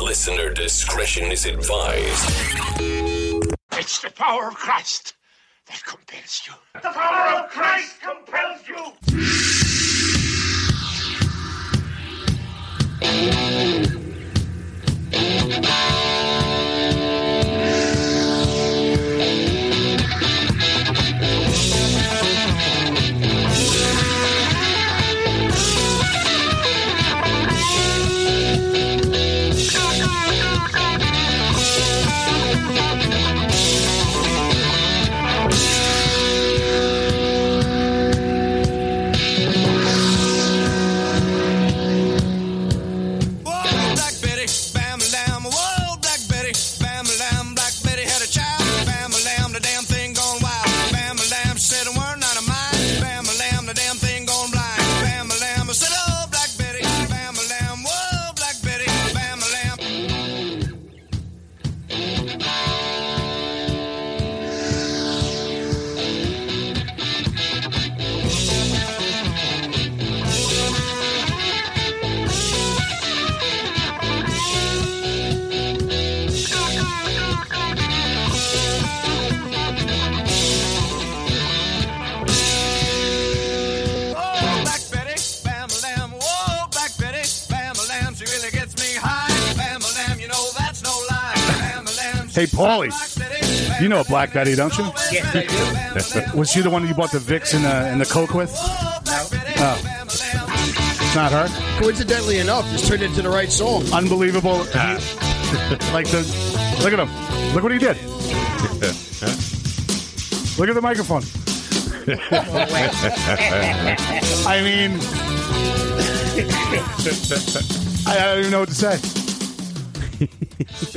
Listener discretion is advised. It's the power of Christ that compels you. The power of Christ compels you. Whoa, Black Betty, bam a lamb. Whoa, Black Betty, bam a lamb. Black Betty had a child. Bam a lamb, the damn thing gone wild. Bam a lamb, she said a word not of mine. Bam a lamb, the damn thing gone blind. Bam a lamb, I said, oh, Black Betty, bam a lamb. Whoa, Black Betty, bam a lamb. Oh, Black Betty, bam a lamb. Whoa, Black Betty, bam a lamb. She really gets me high. Bam a lamb, you know that's no lie. Bam a lamb. Hey, Paulie. You know a Black Betty, don't you? Yeah, I do. Was she the one that you bought the Vicks and the, and the Coke with? Whoa, Black Betty, Oh. bam a lamb. It's not her. Coincidentally enough, just turned into the right song. Ah. Unbelievable. like the. Look at him. Look what he did. Look at the microphone. I mean, I I don't even know what to say.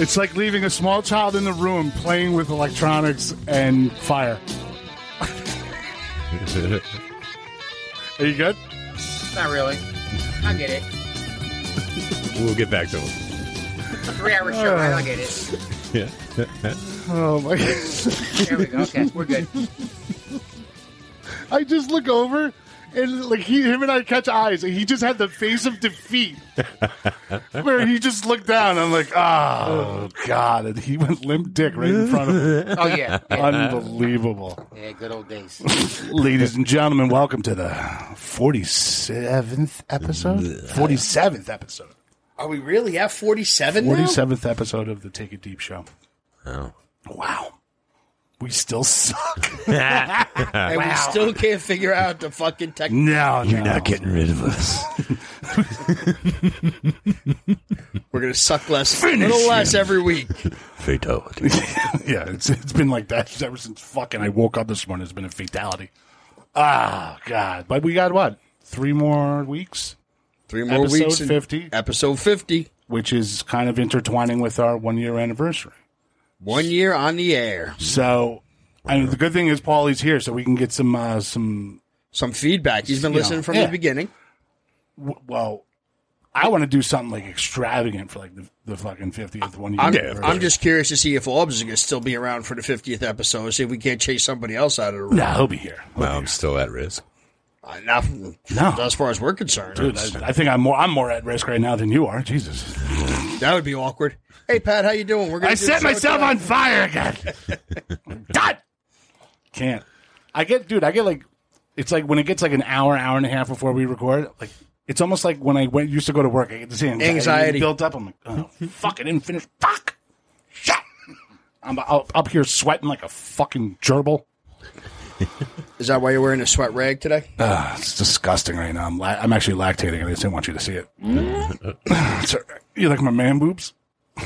It's like leaving a small child in the room playing with electronics and fire. Are you good? Not really. I'll get it. we'll get back to him. Three hour show, right? I'll get it. Oh my! There we go. Okay, we're good. I just look over and like he, him and I catch eyes, and he just had the face of defeat, where he just looked down. I'm like, oh god, and he went limp dick right in front of me. Oh yeah. Yeah, Unbelievable. yeah good old days. Ladies and gentlemen, welcome to the 47th episode. 47th episode. Are we really at 47 now? 47th episode of the Take a Deep Show. Oh. Wow. We still suck. And we still can't figure out the fucking tech. No, you're not Getting rid of us. We're going to suck less, a little less every week. Fatality. yeah, it's it's been like that ever since fucking I woke up this morning. It's been a fatality. Ah, God. But we got what? Three more weeks, Three more Episode weeks. and- 50. Episode 50. which is kind of intertwining with our one year anniversary. One year on the air. So, and the good thing is Paulie's here, so we can get some uh, some. Some feedback. He's been Yeah. listening from Yeah. the beginning. w- Well, I want to do something like extravagant for like the, the fucking fiftieth one year. I'm, anniversary. I'm just curious to see if Orbs is going to still be around for the 50th episode, see if we can't chase somebody else out of the room. Nah, he'll be here. Well, I'm still at risk. Uh, Not No. as far as we're concerned. Dude, I, I think I'm more I'm more at risk right now than you are. Jesus, That would be awkward. Hey Pat, how you doing? We're gonna I do set the show myself tonight. on fire again. Done. Can't. I get, dude. I get like, it's like when it gets like an hour, hour and a half before we record. Like, it's almost like when I went used to go to work. I get this anxiety, Anxiety. built up. I'm like, oh, fuck, I didn't finish. Fuck. Shit. I'm up, up here sweating like a fucking gerbil. Is that why you're wearing a sweat rag today? It's disgusting right now. I'm, la- I'm actually lactating. and I just didn't want you to see it. So, you like my man boobs?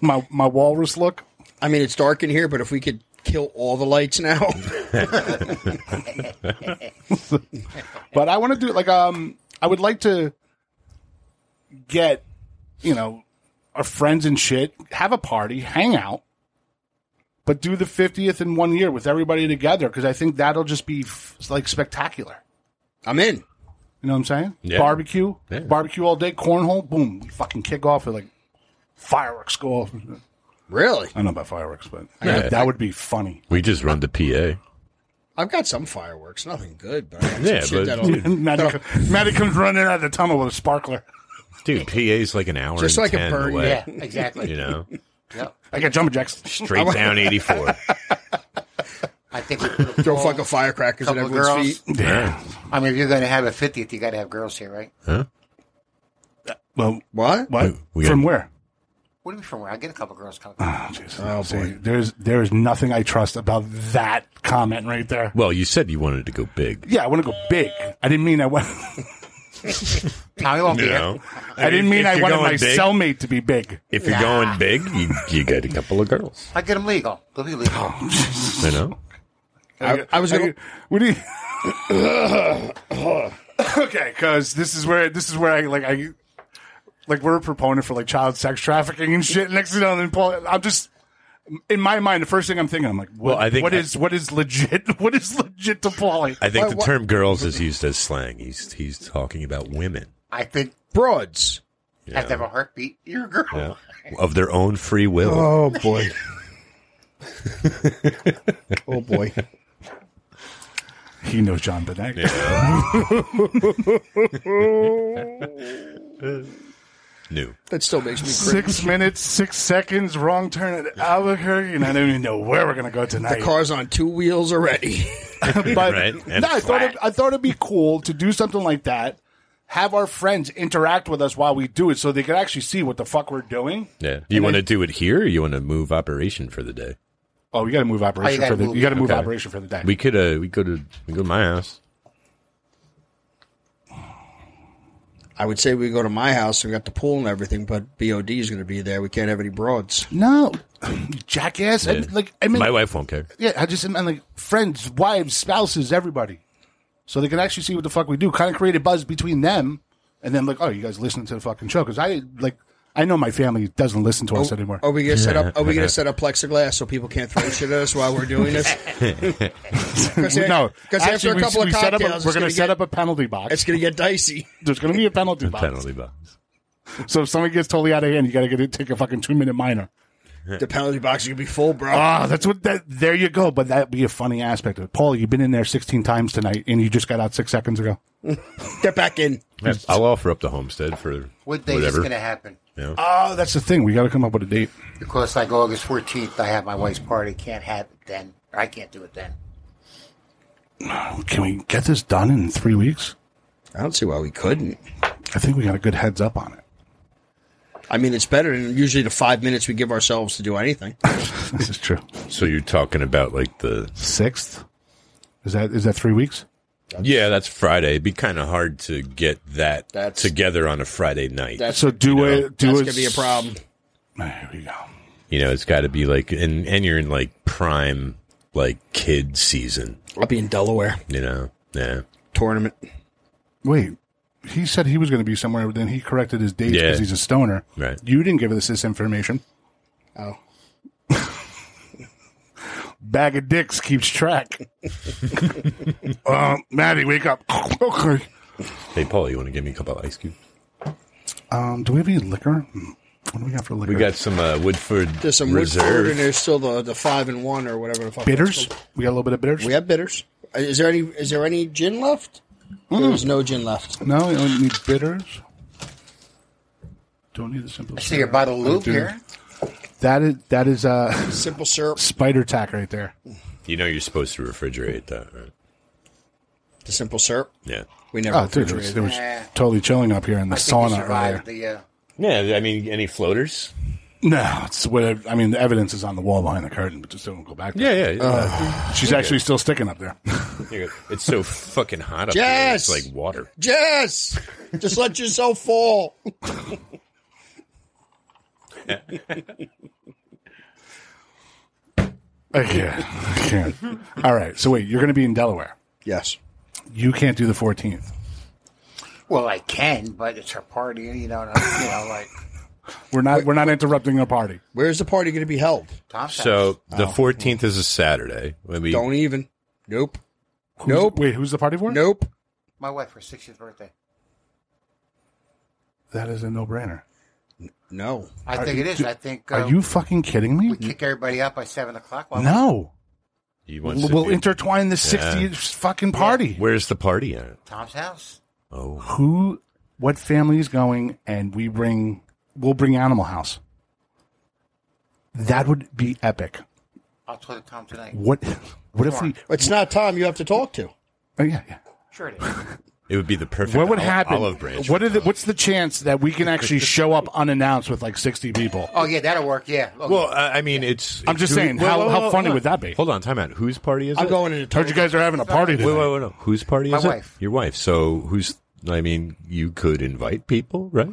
my my walrus look. I mean, it's dark in here, but if we could kill all the lights now, but I want to do like um I would like to get you know our friends and shit have a party hang out but do the 50th in one year with everybody together because I think that'll just be f- like spectacular I'm in. you know what I'm saying Yeah. barbecue Yeah. barbecue all day cornhole boom we fucking kick off with like fireworks go off I Really, don't know about fireworks but Yeah. that would be funny We just run the PA. I've got some fireworks, nothing good, but I got some Yeah, shit but that'll. dude. Maddie, co- Maddie comes running out of the tunnel with a sparkler Dude, PA's like an hour Just and like a 10 bird, away. Yeah, exactly. You know, Yep. I got jumbo jacks. straight down 84. I think we put a Throw poll- fucking firecrackers at couple of girls. everyone's feet. Yeah. I mean, if you're going to have a 50th, you got to have girls here, right? Well, What? what? we From got- where? What are we from? Where? I get a couple girls coming. Oh, jeez. Oh, See, boy. there's there is nothing I trust about that comment right there. Well, you said you wanted to go big. Yeah, I want to go big. I didn't mean I want. Tommy won't be here. I didn't if mean I you're wanted going my big- cellmate to be big. If you're going big, you, you get a couple of girls. I get them legal. They'll be legal. You know? I, I was Are gonna. you- What do you? okay, because this is where this is where I like I like we're a proponent for like child sex trafficking and shit. Next thing you know, then Paul, I'm just in my mind. The first thing I'm thinking, I'm like, what, Well, I think what I- is what is legit? What is legit to Paulie? I think Why- the why- term girls is used as slang. He's he's talking about women. I think Broads. you have to have know? a heartbeat. You're a girl. Yeah. Of their own free will. Oh boy. oh boy. He knows John Benet. New. That still makes me cringe. Six minutes, six seconds, wrong turn at Albuquerque, and I don't even know where we're gonna go tonight. The car's on two wheels already. but Right, and no, I thought flat. it, I thought it'd be cool to do something like that. Have our friends interact with us while we do it, so they could actually see what the fuck we're doing. Yeah. Do you want to do it here or you want to move operation for the day? Oh, you got to move Oh, operation you gotta for the move. you got to move Okay. operation for the day. We could uh we go to we go to my house. I would say we go to my house. We got the pool and everything, but BOD is going to be there. We can't have any broads. no, jackass. I mean, like I mean, my wife won't care. yeah, I just meant like friends, wives, spouses, everybody, so they can actually see what the fuck we do. Kind of create a buzz between them, and then like, oh, you guys listening to the fucking show? Because I like, I know my family doesn't listen to Oh, us anymore. Are we going to set up? Are we going to set up plexiglass so people can't throw shit at us while we're doing this? no, because after a we- couple we of set up cocktails, a- it's we're going gonna to set get- up a penalty box. It's going to get dicey. There's going to be a penalty box. Penalty box. So if somebody gets totally out of hand, you got to get it, take a fucking two minute minor. The penalty box is going to be full, bro. Ah, that's what that. There you go. But that'd be a funny aspect of it. Paul, you've been in there 16 times tonight, and you just got out six seconds ago. Get back in. Yeah, I'll offer up the homestead for What day is whatever. going to happen? Oh, that's the thing. We got to come up with a date. Because like August 14th, I have my wife's party. Can't have it then. I can't do it then. Can we get this done in three weeks? I don't see why we couldn't. I think we got a good heads up on it. I mean, it's better than usually the five minutes we give ourselves to do anything. This is true. So you're talking about like the Sixth. Is that is that three weeks? Yeah, that's Friday. It'd be kind of hard to get that That's- together on a Friday night. That's So do it. Do that's it. going to be a problem. There we go. you know, it's got to be like and and you're in like prime like kid season, I'll be in Delaware you know. Yeah. tournament. Wait, he said he was going to be somewhere, but then he corrected his dates Yeah. because he's a stoner. Right. You didn't give us this information. Oh, Bag of dicks keeps track. um, Maddie, wake up. okay. Hey Paul, you want to give me a couple of ice cubes? Um, do we have any liquor? Hmm. What do we got for liquor? We got some uh, Woodford there's some Reserve. Woodford, and there's still the, the five and one or whatever the fuck. that's bitters. called. We got a little bit of bitters. We have bitters. Is there any? Is there any gin left? Hmm. There's no gin left. no, we only need bitters. Don't need the simple. I see your bottle of lube do. here. That is that is a Simple syrup. spider tack right there. You know you're supposed to refrigerate that, right? The simple syrup. Yeah. We never Oh, dude, it was, refrigerated. it was Yeah. totally chilling up here in the I think you sauna earlier. survived the. Uh, Yeah, I mean, any floaters? No, it's what I mean. The evidence is on the wall behind the curtain, but just don't go back. There. Yeah, yeah. yeah. Uh, she's actually still sticking up there. You're good. it's so fucking hot up Yes! there. It's like water. Jess, just let yourself fall. I can't. I can't. All right. So wait, you're going to be in Delaware. Yes. You can't do the 14th. well, I can, but it's her party. You know, and I'm, you know, like We're not. We're not interrupting a party. Where's the party going to be held? Tom's house. So the 14th is a Saturday. I mean, Oh. Don't even. Nope. Who's, Nope. Wait, who's the party for? Nope. my wife her 60th birthday. That is a no-brainer. No. I Are think you- it is. do- I think. Uh, Are you fucking kidding We me? kick everybody up by seven o'clock. Why not? No. you want We'll, to be- intertwine the 60th fucking party. Where's the party at? Tom's house. Oh, Who what family is going, and we bring we'll bring Animal House. That would be epic. I'll talk to Tom tonight. What what if we? It's not Tom you have to talk to. Oh yeah, yeah. Sure it is. It would be the perfect. What would ol- happen? Olive branch. What are the, what's the chance that we can actually show up unannounced with like sixty people? Oh yeah, that'll work. Yeah. Okay. Well, I I mean, it's. I'm just do we- saying, whoa, how- whoa, how whoa, funny whoa. would that be? Hold on, time out. Whose party is I'm it? going into Heard you guys are having a party Wait, today. wait, wait, no. Whose party My is wife. it? Your wife. So who's? I mean, you could invite people, right?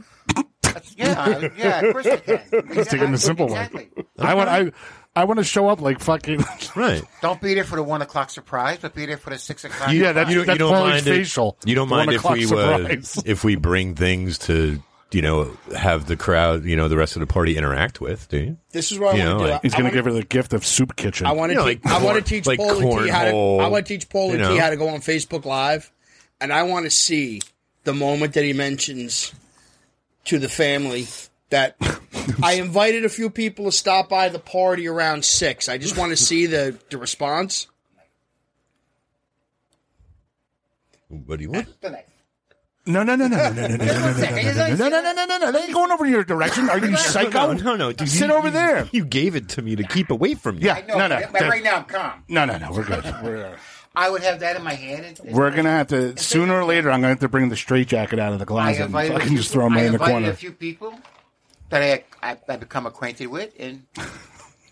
yeah, yeah. Of course we can. Let's take it in the simple way. exactly. I want I I want to show up like fucking. Right. Don't be there for the one o'clock surprise, but be there for the six o'clock. Yeah, that- surprise. that's Pauly's facial. If, you don't The one mind if o'clock we uh, surprise. if we bring things to you know have the crowd you know the rest of the party interact with, do you? This is what I You want know, to do. like- He's I gonna wanna- give her the gift of soup kitchen. I want to. You know, teach, like I want corn- to teach like Paul and T how to. cornhole, I want to teach Paul and you T know. how to go on Facebook Live, and I want to see the moment that he mentions to the family that I invited a few people to stop by the party around six. I just want to see the the response. What do you want? The next. no, no, no, no, no, no, no, no, no, no, no, no, no, no, no, no, no, no. They ain't going over your direction. Are you No, psycho? no, no. dude, Sit you- over there. You gave it to me to keep away from you. Yeah, No, no, no, but right now I'm calm. no, no, no. We're good. We're, uh, I would have that in my hand. and- we're gonna have to sooner or later. I'm gonna have to bring the straitjacket out of the I closet and invited a fucking few- just throw him I right in the invited corner. A few people that I, I I become acquainted with, and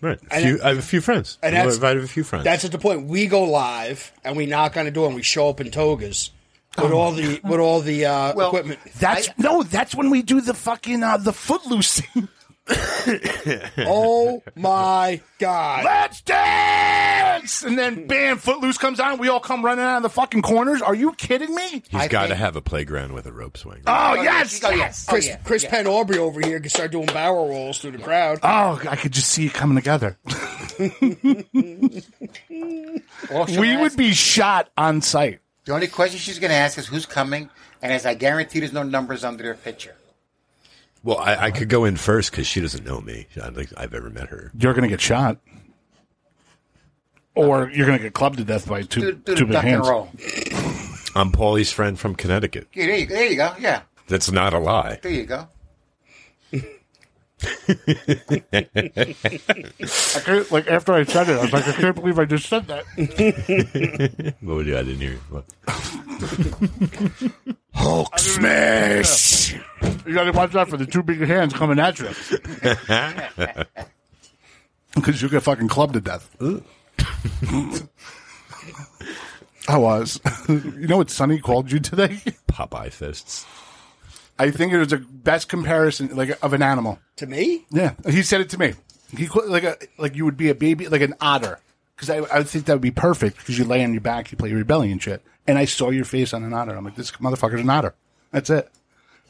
Right. A few, I have a few friends. And You that's- invited a few friends. That's at the point we go live and we knock on the door and we show up in togas with all the with all the uh, Well, equipment. That's no. That's when we do the fucking uh, the footloose scene. Oh my god! Let's dance! And then bam, Footloose comes on. We all come running out of the fucking corners. Are you kidding me? He's I got to think- have a playground with a rope swing. Oh she yes, goes, yes. Oh, Chris, yeah, Chris yeah. Penn Aubrey over here can start doing barrel rolls through the crowd. Uh, Oh, I could just see it coming together. all she'll We ask- would be shot on site. The only question she's going to ask is who's coming, and as I guarantee, there's no numbers under their picture. Well, I, I could go in first because she doesn't know me. I don't think I've ever met her. You're gonna get shot, or you're gonna get clubbed to death by two Do, do the two big duck hands. and roll. I'm Paulie's friend from Connecticut. Yeah, there you, there you go. Yeah, That's not a lie. there you go. I couldn't- like after I said it, I was like, I can't believe I just said that. What would you? I didn't hear. you. What? Hulk smash! You gotta watch out for the two big hands coming at you. Because you get fucking clubbed to death. I was. you know what Sonny called you today? Popeye fists. I think it was the best comparison like of an animal. To me, Yeah, he said it to me. He called- like a like you would be a baby like an otter because I I would think that would be perfect because you lay on your back, you play rebellion shit, and I saw your face on an otter. I'm like, this motherfucker's an otter. That's it.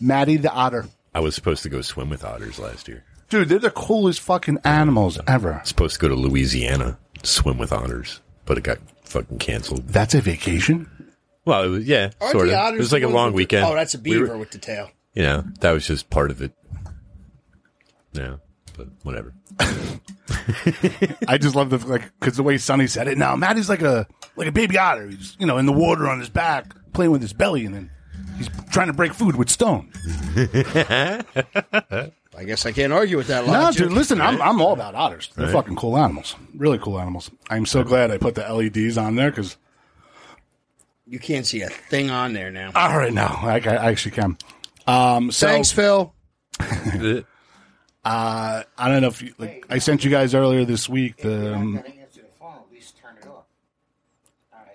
Maddie the otter, I was supposed to go swim with otters last year. dude, they're the coolest fucking animals ever. Supposed to go to Louisiana swim with otters, but it got fucking canceled. That's a vacation. Well, it was, yeah, Aren't sort the of. otters It was like the a ones long with the- weekend. oh, that's a We were- beaver with the tail. you know, that was just part of it. Yeah, but whatever. I just love the like because the way Sonny said it. Now Maddie's like a like a baby otter. He's you know in the water on his back playing with his belly, and then he's trying to break food with stone. I guess I can't argue with that No, logic. dude, listen, I'm, I'm all about otters. They're fucking cool animals. Really cool animals. I'm so glad I put the LEDs on there because, You can't see a thing on there now. all right, now I, I actually can. Um, so Thanks, Phil. I don't know if you, like, I sent you guys earlier this week I'm the um, going to answer the phone. At least turn it off. All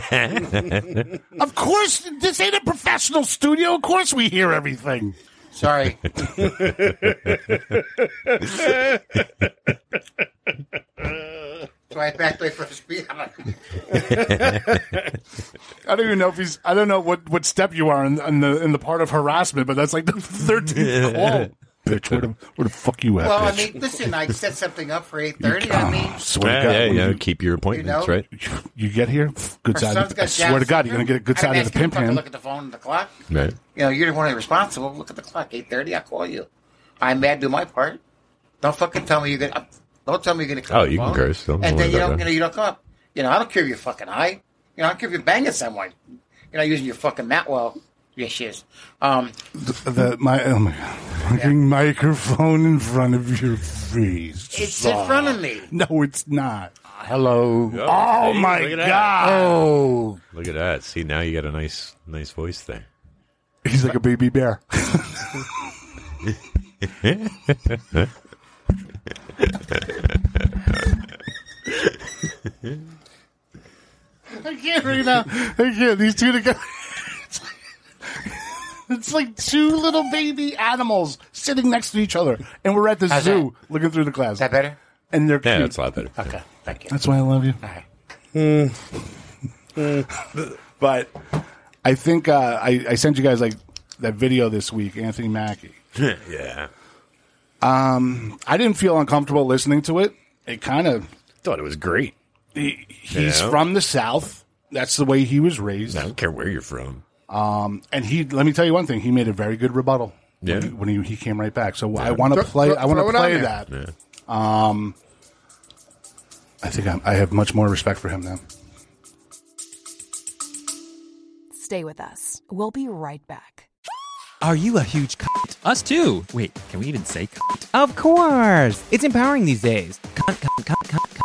right, later. Of course, this ain't a professional studio. Of course, we hear everything. Sorry. so I backed away from his speed. I'm like, I don't even know if he's. I don't know what, what step you are in, in the in the part of harassment, but that's like the thirteenth call. bitch, where the, where the fuck you at, well, I bitch? mean, listen, I set something up for 8.30. I mean, swear to yeah, yeah, God, yeah. when Keep your appointments know? right. you get here, good her side. son's Of the, got I swear to Down God, you're gonna get a good syndrome. side of the I didn't pimp ask you to fucking hand. Look at the phone and the clock. Right. You know, you're the one responsible. Look at the clock. 8.30, I'll call you. I'm mad, do my part. Don't fucking tell me you're going to... Don't tell me you're going to come Oh, on the you can phone, curse. Don't and worry then you about don't, that. you know, you don't come up. You know, I don't care if you're fucking high. You know, I don't care if you're banging someone. You're not using your fucking mat well. Yes, she is. Um, The, my oh my god, fucking microphone in front of your face. it's in front of me. No, it's not. Hello. Oh Hey, my look at that. god! Oh, Look at that. See, now you got a nice, nice voice there. He's like a baby bear. I can't right now. I can't. These two together. It's like two little baby animals sitting next to each other, and we're at the How's zoo looking through the glass, Is that better? and they're Yeah, cute. it's a lot better. Okay, thank you. That's why I love you. right. but I think uh, I, I sent you guys like that video this week, Anthony Mackie. yeah. I didn't feel uncomfortable listening to it. It kind of thought it was great. he, he's Yeah. from the South. That's the way he was raised. I don't care where you're from. And he let me tell you one thing. He made a very good rebuttal. Yeah. When he, he came right back. So I want to Throw- play. throw- I want throw to it on play there. that. Um, I think I'm, I have much more respect for him now. Stay with us. We'll be right back. Are you a huge cunt? Us too. Wait, can we even say cunt? Of course. It's empowering these days. Cunt, cunt, cunt, cunt, cunt.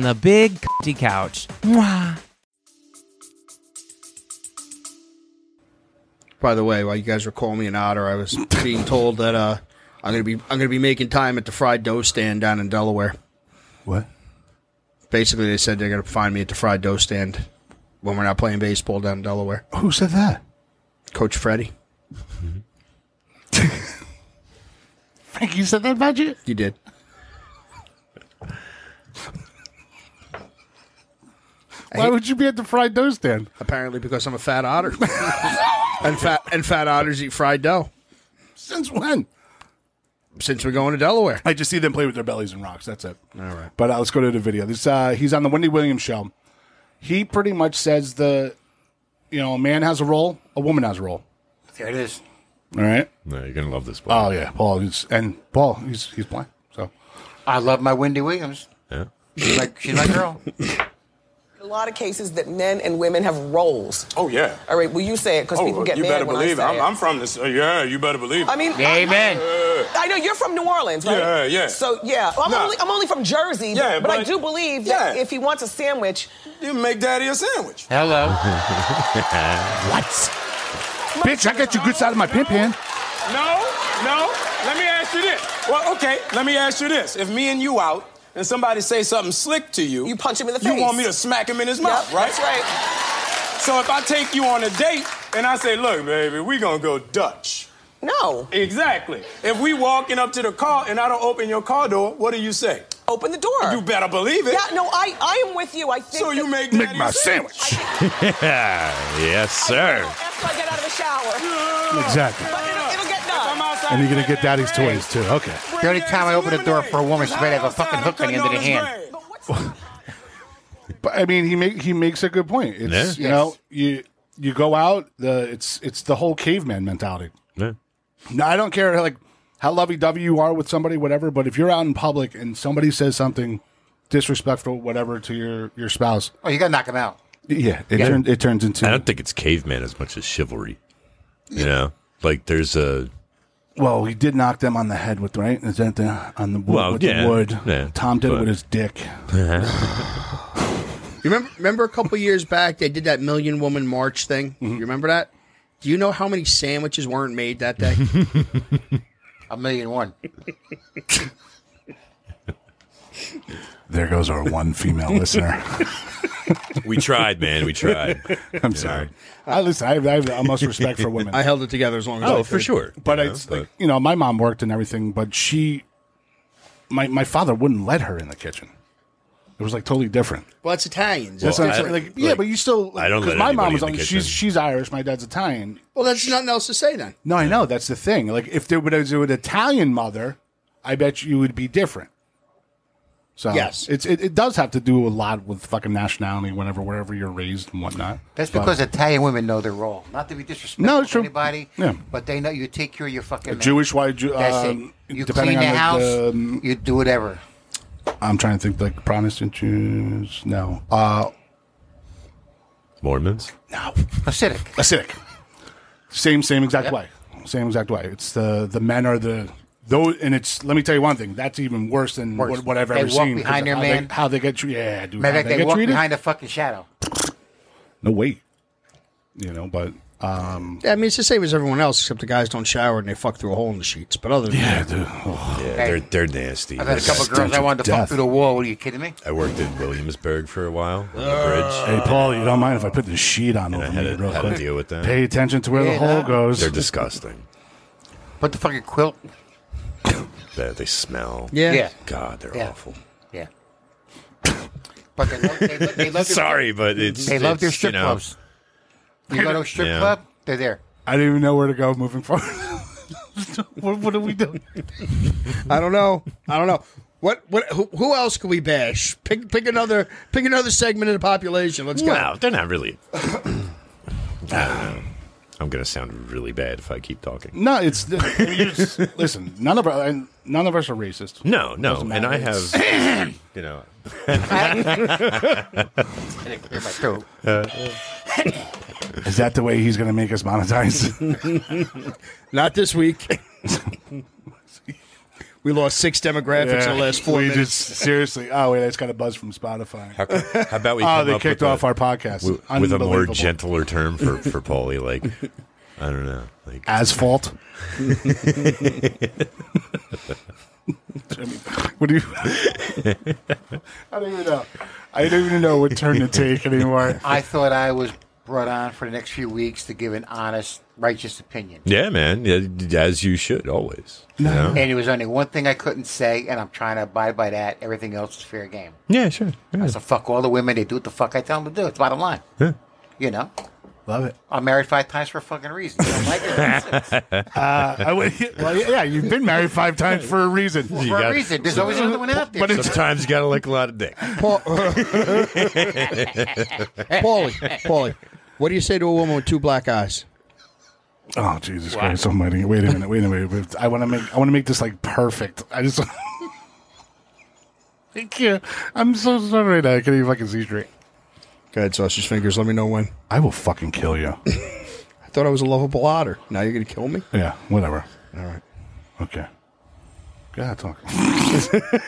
the big cunty couch. Mwah. By the way, while you guys were calling me an otter, I was being told that uh, I'm gonna be I'm gonna be making time at the fried dough stand down in Delaware. What? Basically, they said they're gonna find me at the fried dough stand when we're not playing baseball down in Delaware. Who said that? Coach Freddie, Frank, you said that about you? you did. Why would you be at the fried dough stand? Apparently, because I'm a fat otter, and fat and fat otters eat fried dough. Since when? Since we're going to Delaware, I just see them play with their bellies and rocks. That's it. All right. But uh, let's go to the video. This uh, he's on the Wendy Williams show. He pretty much says the, you know, a man has a role, a woman has a role. There it is. All right. No, you're gonna love this boy. Oh yeah, Paul. He's, and Paul, he's he's playing. So I love my Wendy Williams. Oh, yeah. She's my, she's my girl. A lot of cases that men and women have roles. Oh, yeah. All right, will you say it? Because people Oh, get mad when I say it. from this. yeah, you better believe I mean, Amen. I, I know you're from New Orleans, right? Yeah, yeah. So yeah, I'm, Nah. only, I'm only from Jersey, Yeah, but, I but- do believe that yeah. if he wants a sandwich, You make daddy a sandwich. Hello. what? Bitch, I got you good side of my pimp hand. No, no. Let me ask you this. Well, okay, let me ask you this. If me and you out and somebody say something slick to you, You punch him in the You face. want me to smack him in his Yup, mouth, right? That's right. So if I take you on a date and I say, look, baby, we gonna go Dutch. No, Exactly. If we walking up to the car and I don't open your car door, what do you say? open the door. You better believe it. Yeah, no, I, I am with you. I think. so that- you make Make daddy my a sandwich. yes, sir. After I get out of the shower, Exactly. but it'll, it'll get done. I'm outside And you're gonna with get my daddy's daddy. toys too. Okay. Bring The only daddy time I some open the door for a lemonade. woman, she better have a fucking Outside, hook on the end of the cutting on hand. his But what's the But I mean, he make he makes a good point. It's Yeah. you Yes. know you you go out the it's it's the whole caveman mentality. Yeah. No, I don't care like how lovey dovey you are with somebody, whatever. But if you're out in public and somebody says something disrespectful, whatever, to your your spouse, Oh, you gotta knock him out. yeah, it turns it turns into I don't think it's caveman as much as chivalry. You know, like there's a well, he did knock them on the head with right is that the, on the wood Well, with yeah, the wood. yeah, Tom did it but- with his dick. You remember, remember a couple years back they did that million woman march thing. You remember that? Do you know how many sandwiches weren't made that day? A million and one. There goes our one female listener. we tried, man, we tried. I'm sorry. I listen. I have, I have the utmost respect for women. I held it together as long as I oh, could. for sure. but you know, it's like you know, my mom worked and everything, but she, my my father wouldn't let her in the kitchen. It was like totally different. Well, it's Italians. That's what I'm saying. Like, yeah, but you still. I don't let Because my anybody mom was in the only kitchen. she's she's Irish. My dad's Italian. Well, that's nothing else to say then. No, I know that's the thing. Like if there was an Italian mother, I bet you would be different. So Yes. it's it, it does have to do a lot with fucking nationality, whenever wherever you're raised and whatnot. That's But- because Italian women know their role. Not to be disrespectful No, it's to true. anybody, Yeah. but they know you take care of your fucking A man. Jewish, white, Jew, That's um, it. You depending clean the um, on the- house, the, um, you do whatever. I'm trying to think like Protestant Jews. No, uh, Mormons. No, Hasidic. Hasidic. Same, same exact Yep. way. Same exact way. It's the the men are the though, and it's. Let me tell you one thing. That's even worse than Worse. What, what I've They ever walk seen. 'cause behind their how they- man. how they get treated. Yeah, dude. Matter how of fact, they get walk treated? behind a fucking shadow. No wait. You know, but um, I mean, it's the same as everyone else, except the guys don't shower and they fuck through a hole in the sheets. But other than that, Yeah, Hey. they're they're nasty. I've had a That's- couple girls I wanted to fuck through the wall. Are you kidding me? I worked at Williamsburg for a while on the bridge. Uh, hey, Paul, you don't mind if I put the sheet on over I had to- you real had to quick? deal with that. Pay attention to where the Yeah, hole nah. goes. They're disgusting. Put the fucking quilt. They, they smell. Yeah. Yeah. God, they're Yeah. awful. Yeah. But they love, they love, they love their- Sorry, but it's they love their it's, strip you know, clubs. You go to a strip Yeah. club, they're there. I didn't even know where to go moving forward. what, what are we doing? I don't know. I don't know. What? What? Who, who else can we bash? Pick, pick another. Pick another segment of the population. Let's go. Wow, they're not really. I don't know. I'm gonna sound really bad if I keep talking. No, it's listen. None of our, none of us are racist. No, no, Doesn't and matter. I have, you know, Is that the way he's going to make us monetize? Not this week. we lost six demographics in the last four we minutes. Just, seriously. Oh wait, I just got a buzz from Spotify. how, how about we? oh, come they up kicked with off a, our podcast wi- with a more Unbelievable. gentler term for for Paulie. Like, I don't know, like asphalt. I mean, what do you? I don't even know. I don't even know what turn to take anymore. I thought I was brought on for the next few weeks to give an honest, righteous opinion. yeah, man, yeah, as you should always. you know? And it was only one thing I couldn't say, and I'm trying to abide by that. Everything else is fair game. Yeah, sure. I said, fuck all the women. They do what the fuck I tell them to do. It's bottom line. You know? Love it. I'm married five times for a fucking reason. You don't like it? That's it. Uh, I would, well, yeah, you've been married five times for a reason. for a reason. There's always another one out there. But it's- Sometimes you gotta lick a lot of dick. Paul, Paulie, Paulie, what do you say to a woman with two black eyes? Oh Jesus Christ Almighty! Wait a minute! Wait a minute! wait- I want to make I want to make this like perfect. I just I can't. I'm so sorry right now. I can't even fucking see straight. Go ahead, sausage fingers. Let me know when. I will fucking kill you. I thought I was a lovable otter. Now you're gonna kill me. yeah. Whatever. All right. Okay. God talk. I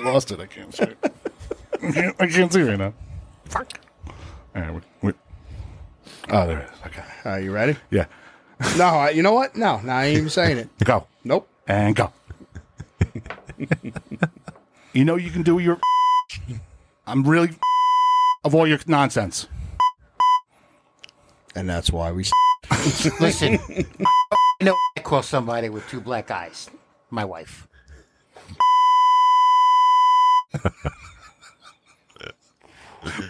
lost it. I can't see. It. I, can't, I can't see right now. Fuck. All right. We, we, oh, there it is. Okay. All right, you ready? Yeah. No, I, you know what? No, no, I ain't even saying it. Go Nope. and go. you know you can do your. I'm really of all your nonsense. And that's why we. s- Listen, I know I call somebody with two black eyes. My wife.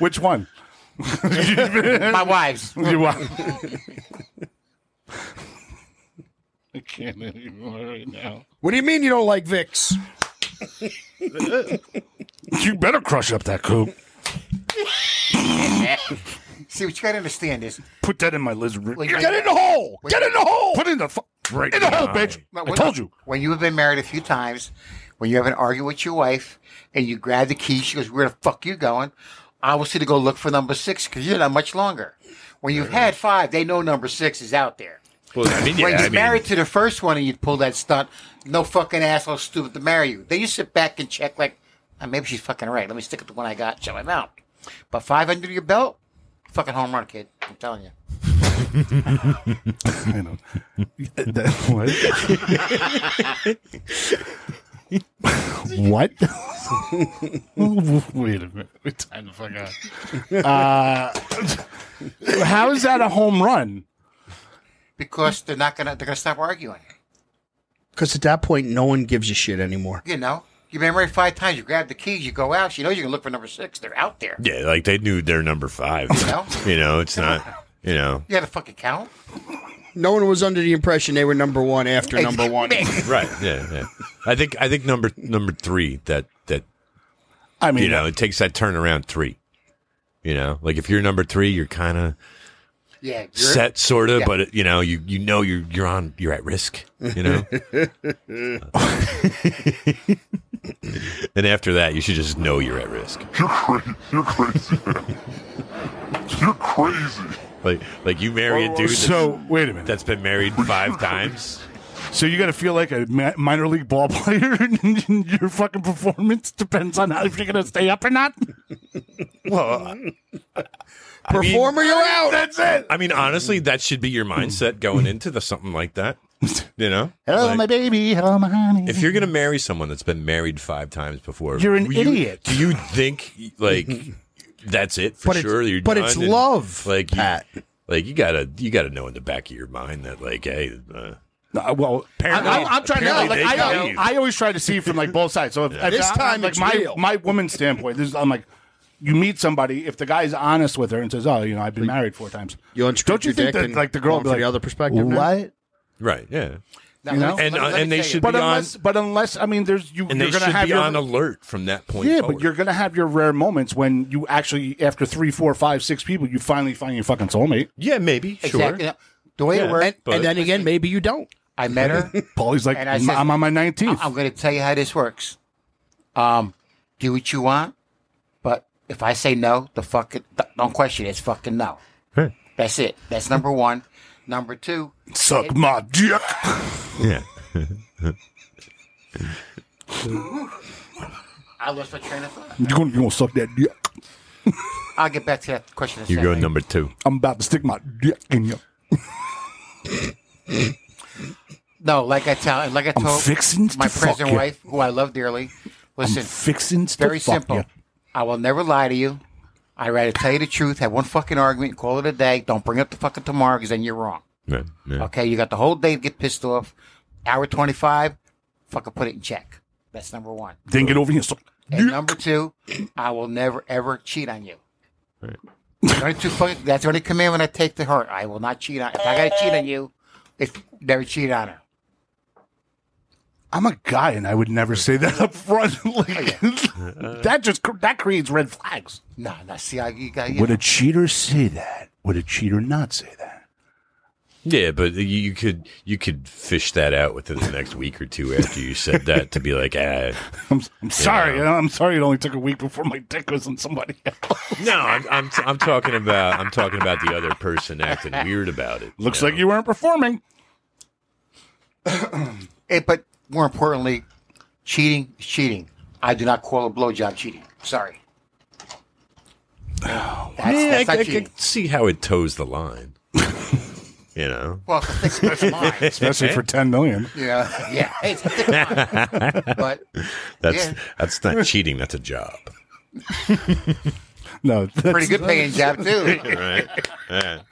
Which one? My wives. You want? I can't anymore right now. What do you mean you don't like Vicks? You better crush up that coop. See, what you got to understand is Put that in my lizard. ri- Well, you- Get in the hole. Get in the hole. Put it in the fu- Right in the hole, now. bitch. Now, I when- told you. When you have been married a few times, when you have an argument with your wife and you grab the key, she goes, Where the fuck you going? I was to go look for number six because you're not much longer. When you've had five, they know number six is out there. Well, I mean, yeah, when I you're mean, married to the first one and you pull that stunt, no fucking asshole stupid to marry you. Then you sit back and check, like, "Ah, maybe she's fucking right. Let me stick with the one I got, shut my mouth. But five under your belt, fucking home run, kid. I'm telling you. I know. That- what? what? Wait a minute. What time the fuck out? Uh, how is that a home run? Because they're not gonna, they're gonna stop arguing. Because at that point, no one gives a shit anymore. You know, You've been married five times. You grab the keys. You go out. She knows you can look for number six. They're out there. Yeah, like they knew they're number five. know? you know, it's not. You know, You had a fucking count. No one was under the impression they were number one after number one. right? Yeah, yeah. I think I think number number three that that. I mean- you know, it takes that turnaround three. You know, like if you're number three, you're kind of Yeah. you're- set, sort of, Yeah. but it- you know, you you know you're you're on you're at risk. You know, and after that, you should just know you're at risk. You're crazy. You're crazy. man. You're crazy. Like like you marry a Oh, dude. so, that's, wait a minute. That's been married five times. So you got to feel like a mi- minor league ball player, and your fucking performance depends on how, if you're going to stay up or not. Well, Performer, you're out. That's it. I mean, honestly, that should be your mindset going into the something like that. You know, Hello, Like, Oh, my baby. Hello, my honey. if you're gonna marry someone that's been married five times before, You're an do you- idiot. Do you think like that's it for But it's- sure? You're but it's done and, love, like you, Like you gotta you gotta know in the back of your mind that like hey, uh, No, well, Apparently- I, am trying to. apparently Like, they got I, you. I always try to see from like both sides. So if, if This I'm- time like it's my real. my woman's standpoint, this is, I'm like, you meet somebody. If the guy's honest with her and says, "Oh, you know, I've been married four times," You unscrewed don't you your think dick that and like the girl will gone be for like the other perspective now? What? right, yeah, Now, let You me- know? let and me- uh, let me and they tell you. should But be unless, on but unless, I mean, there's you. and you're they gonna should have be your, on alert from that point. Yeah, forward. but you're gonna have your rare moments when you actually, after three, four, five, six people, you finally find your fucking soulmate. yeah, maybe sure. Exactly. Now, The way it Yeah, worked, And, but- and then again, maybe you don't. I met her. Paulie's like, And I "I'm- said- I'm on my 19th. I'm going to tell you how this works. Um, do what you want, but if I say no, the fucking th- don't question it. It's fucking no. Right. That's it. That's number one. Number two, Suck my dick. Yeah, I lost my train of thought. You're gonna, you're gonna suck that dick. I'll get back to that question. in a you're going second. number two. I'm about to stick my dick in you. No, like I tell, like I I'm told fixing to my fuck present you. wife, who I love dearly. Listen, I'm fixing to very fuck simple. you. I will never lie to you. I'd rather tell you the truth, have one fucking argument, call it a day. Don't bring up the fucking tomorrow because then you're wrong. Right, yeah. Okay, you got the whole day to get pissed off. Hour 25, fucking put it in check. That's number one. Then get over here. So, And number two, I will never, ever cheat on you. Right. The only two fucking, that's the only commandment I take to heart. I will not cheat on If I got to cheat on you, it's never cheat on her. I'm a guy and I would never say that up front. like, Oh, that just cr- that creates red flags. No, no, see, I, you got, Would you a cheater say that? Would a cheater not say that? Yeah, but you, you could you could fish that out within the next week or two after you said that to be like, ah, I'm, I'm sorry. I'm sorry. It only took a week before my dick was in somebody else. no, I'm, I'm I'm talking about I'm talking about the other person acting weird about it. Looks like you weren't performing. Eh, but more importantly, cheating is cheating. I do not call a blowjob cheating. Sorry. That's, Yeah, that's Oh, I, not I cheating. can see how it toes the line. you know, Well, it's a thick slice of mine. Especially for ten million. Yeah, yeah, it's a thick line. But that's Yeah. that's not cheating. That's a job. No, that's- pretty good paying job too. Right? Yeah.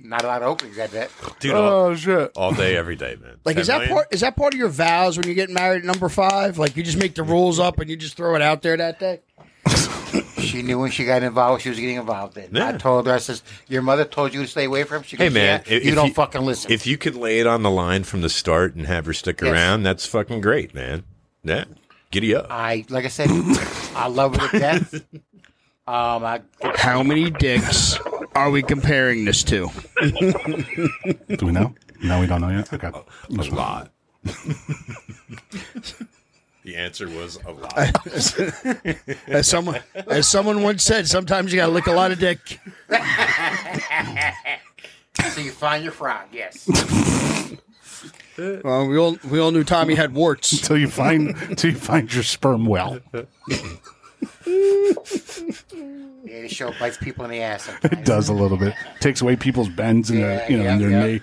Not a lot of openings, I bet. Dude, all, Oh shit! all day, every day, man. Like, 10 is that million? part? Is that part of your vows when you get married at number five? Like, you just make the rules up and you just throw it out there that day. She knew when she got involved, she was getting involved in. I Yeah. told her, I says, "Your mother told you to stay away from." Him. She Hey goes, man, yeah, if- you if don't fucking listen. If you could lay it on the line from the start and have her stick Yes. around, that's fucking great, man. Yeah, giddy up. I, like I said, I love her to death. Um, I, How many dicks are we comparing this to? Do we know? No, we don't know yet. Okay. A lot. the answer was a lot. As someone, as someone once said, sometimes you gotta lick a lot of dick. so you find your frog, yes. Well, we all we all knew Tommy had warts. Till you find, till you find your sperm well. Yeah, the show bites people in the ass. It does a little bit. Takes away people's bends in their, Yeah, you know, in yeah, their yeah. knee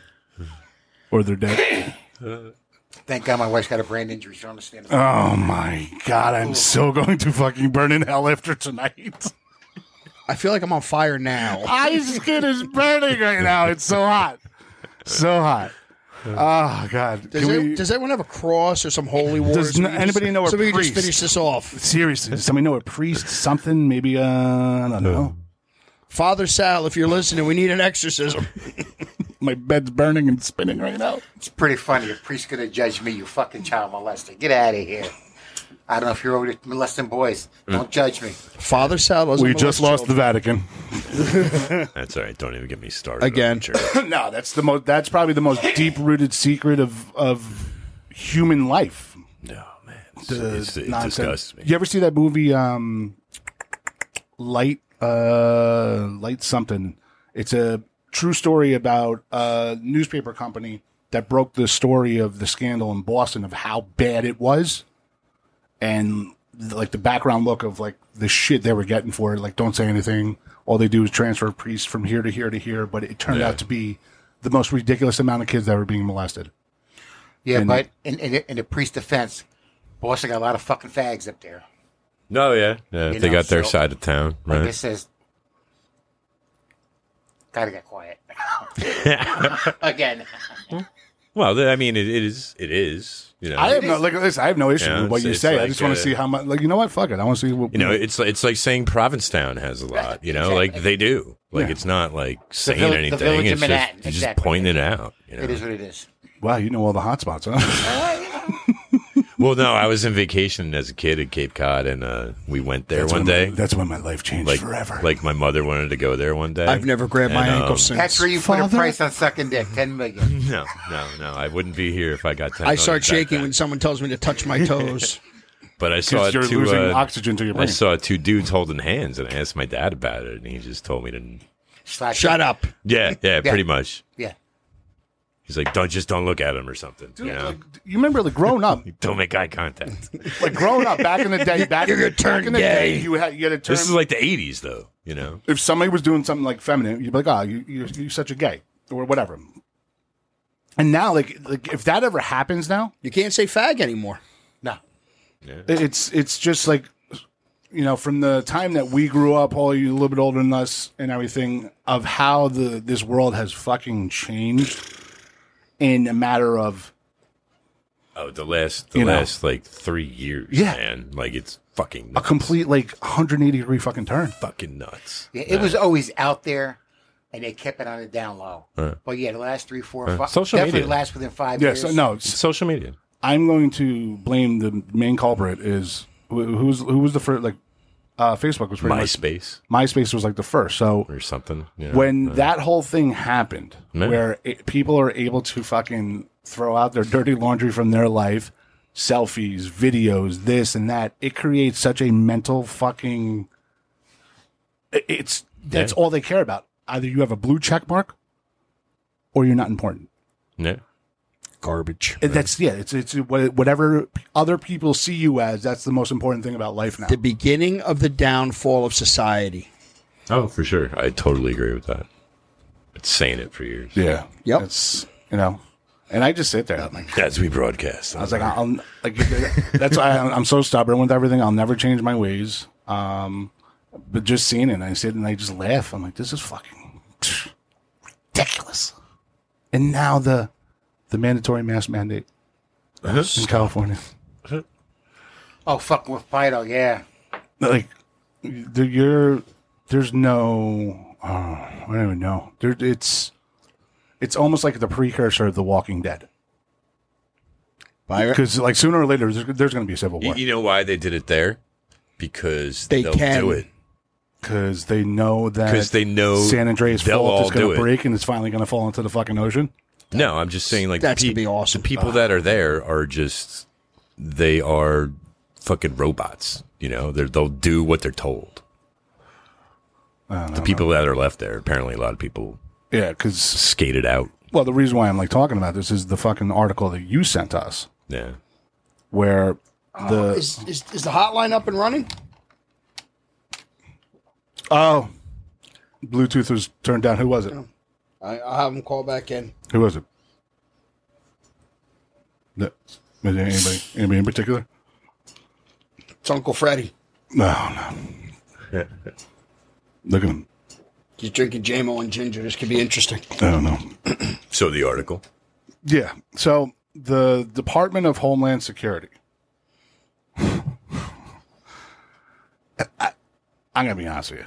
or their dick. Thank God my wife's got a brain injury. She don't understand. it. Oh my god! I'm so going to fucking burn in hell after tonight. I feel like I'm on fire now. My skin is burning right now. It's so hot, so hot. Oh God! Does, Can it- we- does everyone have a cross or some holy water? Does so we n- can just- anybody know a so we priest? can just finish this off. Seriously, does somebody know a priest? Something? Maybe uh, I don't know. Father Sal, if you're listening, we need an exorcism. My bed's burning and spinning right now. It's pretty funny. A priest's gonna judge me, you fucking child molester. Get out of here. I don't know if you're over there molesting boys. Mm. Don't judge me. Father Sal, doesn't We molest just lost the children. Vatican. That's all right. Don't even get me started. Again. no, that's the most. That's probably the most deep-rooted secret of of human life. No man, The It's- it nonsense. disgusts me. You ever see that movie, um, Light, uh, Light something? It's a true story about a newspaper company that broke the story of the scandal in Boston of how bad it was, and like the background look of like the shit they were getting for it. Like, don't say anything. All they do is transfer priests from here to here to here. But it turned Yeah. out to be the most ridiculous amount of kids that were being molested. Yeah, And- but in, in, in the priest's defense, Boston got a lot of fucking fags up there. No, yeah, yeah. You They know, got their so- side of town, Like right? this says, gotta get quiet again. well, th- I mean, it, it is. It is. You know, I have no like this. I have no issue Yeah, with what it's- you it's say. I like, just want uh, to see how much. Like you know what? Fuck it. I want to see what You know, it's like it's like saying Provincetown has a lot. You know, like they do. Like Yeah. it's not like saying vill- the anything. village of It's just, Manhattan, you're just exactly. pointing it out. You know? It is what it is. Wow, you know all the hot spots, huh? Well, no, I was in vacation as a kid at Cape Cod, and uh, we went there That's one when day. my- that's when my life changed like, forever. Like my mother wanted to go there one day. I've never grabbed my And, ankle um, since. That's where you put a price on sucking dick, ten million. No, no, no. I wouldn't be here if I got time. I start shaking when someone tells me to touch my toes. But I saw 'Cause you're two, losing uh, oxygen to your brain. I saw two dudes holding hands, and I asked my dad about it, and he just told me to. Slap Shut up. Yeah, yeah, Yeah. pretty much. Yeah. He's like, don't just don't look at him or something. you know, You remember like grown up, don't make eye contact. like grown up back in the day. Back You're gonna in, back turn in the day, gay. you had you had a term. this is like the '80s, though. You know, if somebody was doing something like feminine, you'd be like, "Oh, you you you're such a gay or whatever." And now, like like if that ever happens now, You can't say fag anymore. No. Yeah. It's it's just like you know, from the time that we grew up, all you a little bit older than us and everything, of how the this world has fucking changed in a matter of oh, the last, the You know. last like three years, Yeah. man. Like it's fucking a complete like 180 degree fucking turn. fucking nuts. Yeah, it was always out there, and they kept it on the down low. Right. But yeah, the last three, four, Right. five, Social definitely media. last within five Yeah, years. so no, it's- social media. I'm going to blame the main culprit is who- who's who was the first like uh, Facebook was pretty much MySpace MySpace was like the first. So or something. you know? when Uh, that whole thing happened, Yeah. where it, people are able to fucking throw out their dirty laundry from their life, selfies, videos, this and that, it creates such a mental fucking. i- It's that's Yeah. all they care about. Either you have a blue check mark, or you're not important. yeah. Garbage. And That's yeah. It's it's what- whatever other people see you as. That's the most important thing about life now. The beginning of the downfall of society. Oh, for sure. I totally agree with that. Been saying it for years. Yeah. Yep. It's you know, and I just sit there. I'm like, As we broadcast. I was like, I'll, like that's why I'm, I'm so stubborn with everything. I'll never change my ways. Um, but just seeing it, and I sit and I just laugh. I'm like, this is fucking ridiculous. And now the the mandatory mask mandate in California, Oh, fucking with Fido, yeah. like the, you're there's no oh, I don't even know. There, it's it's almost like the precursor of The Walking Dead Byron, because like sooner or later there's, there's going to be a civil You, war you know why they did it there? Because They will can. do it. because they know that 'Cause they know San Andreas they'll fault all is going do it. to break and it's finally going to fall into the fucking ocean. No, I'm just saying, like, That's the, gonna be awesome. the people that are there are just, they are fucking robots. You know, they're, they'll do what they're told. The people that are left there, apparently, a lot of people Yeah, because skated out. well, the reason why I'm like talking about this is the fucking article that you sent us Yeah. where the Is, is, is the hotline up and running? oh Bluetooth was turned down. Who was it? I, I'll have them call back in. Who was it? The- was it anybody? Anybody in particular? It's Uncle Freddy. No, no. Look at him. He's drinking JMO and ginger. This could be interesting. I don't know. So the article. Yeah. So the Department of Homeland Security. I, I'm gonna be honest with you.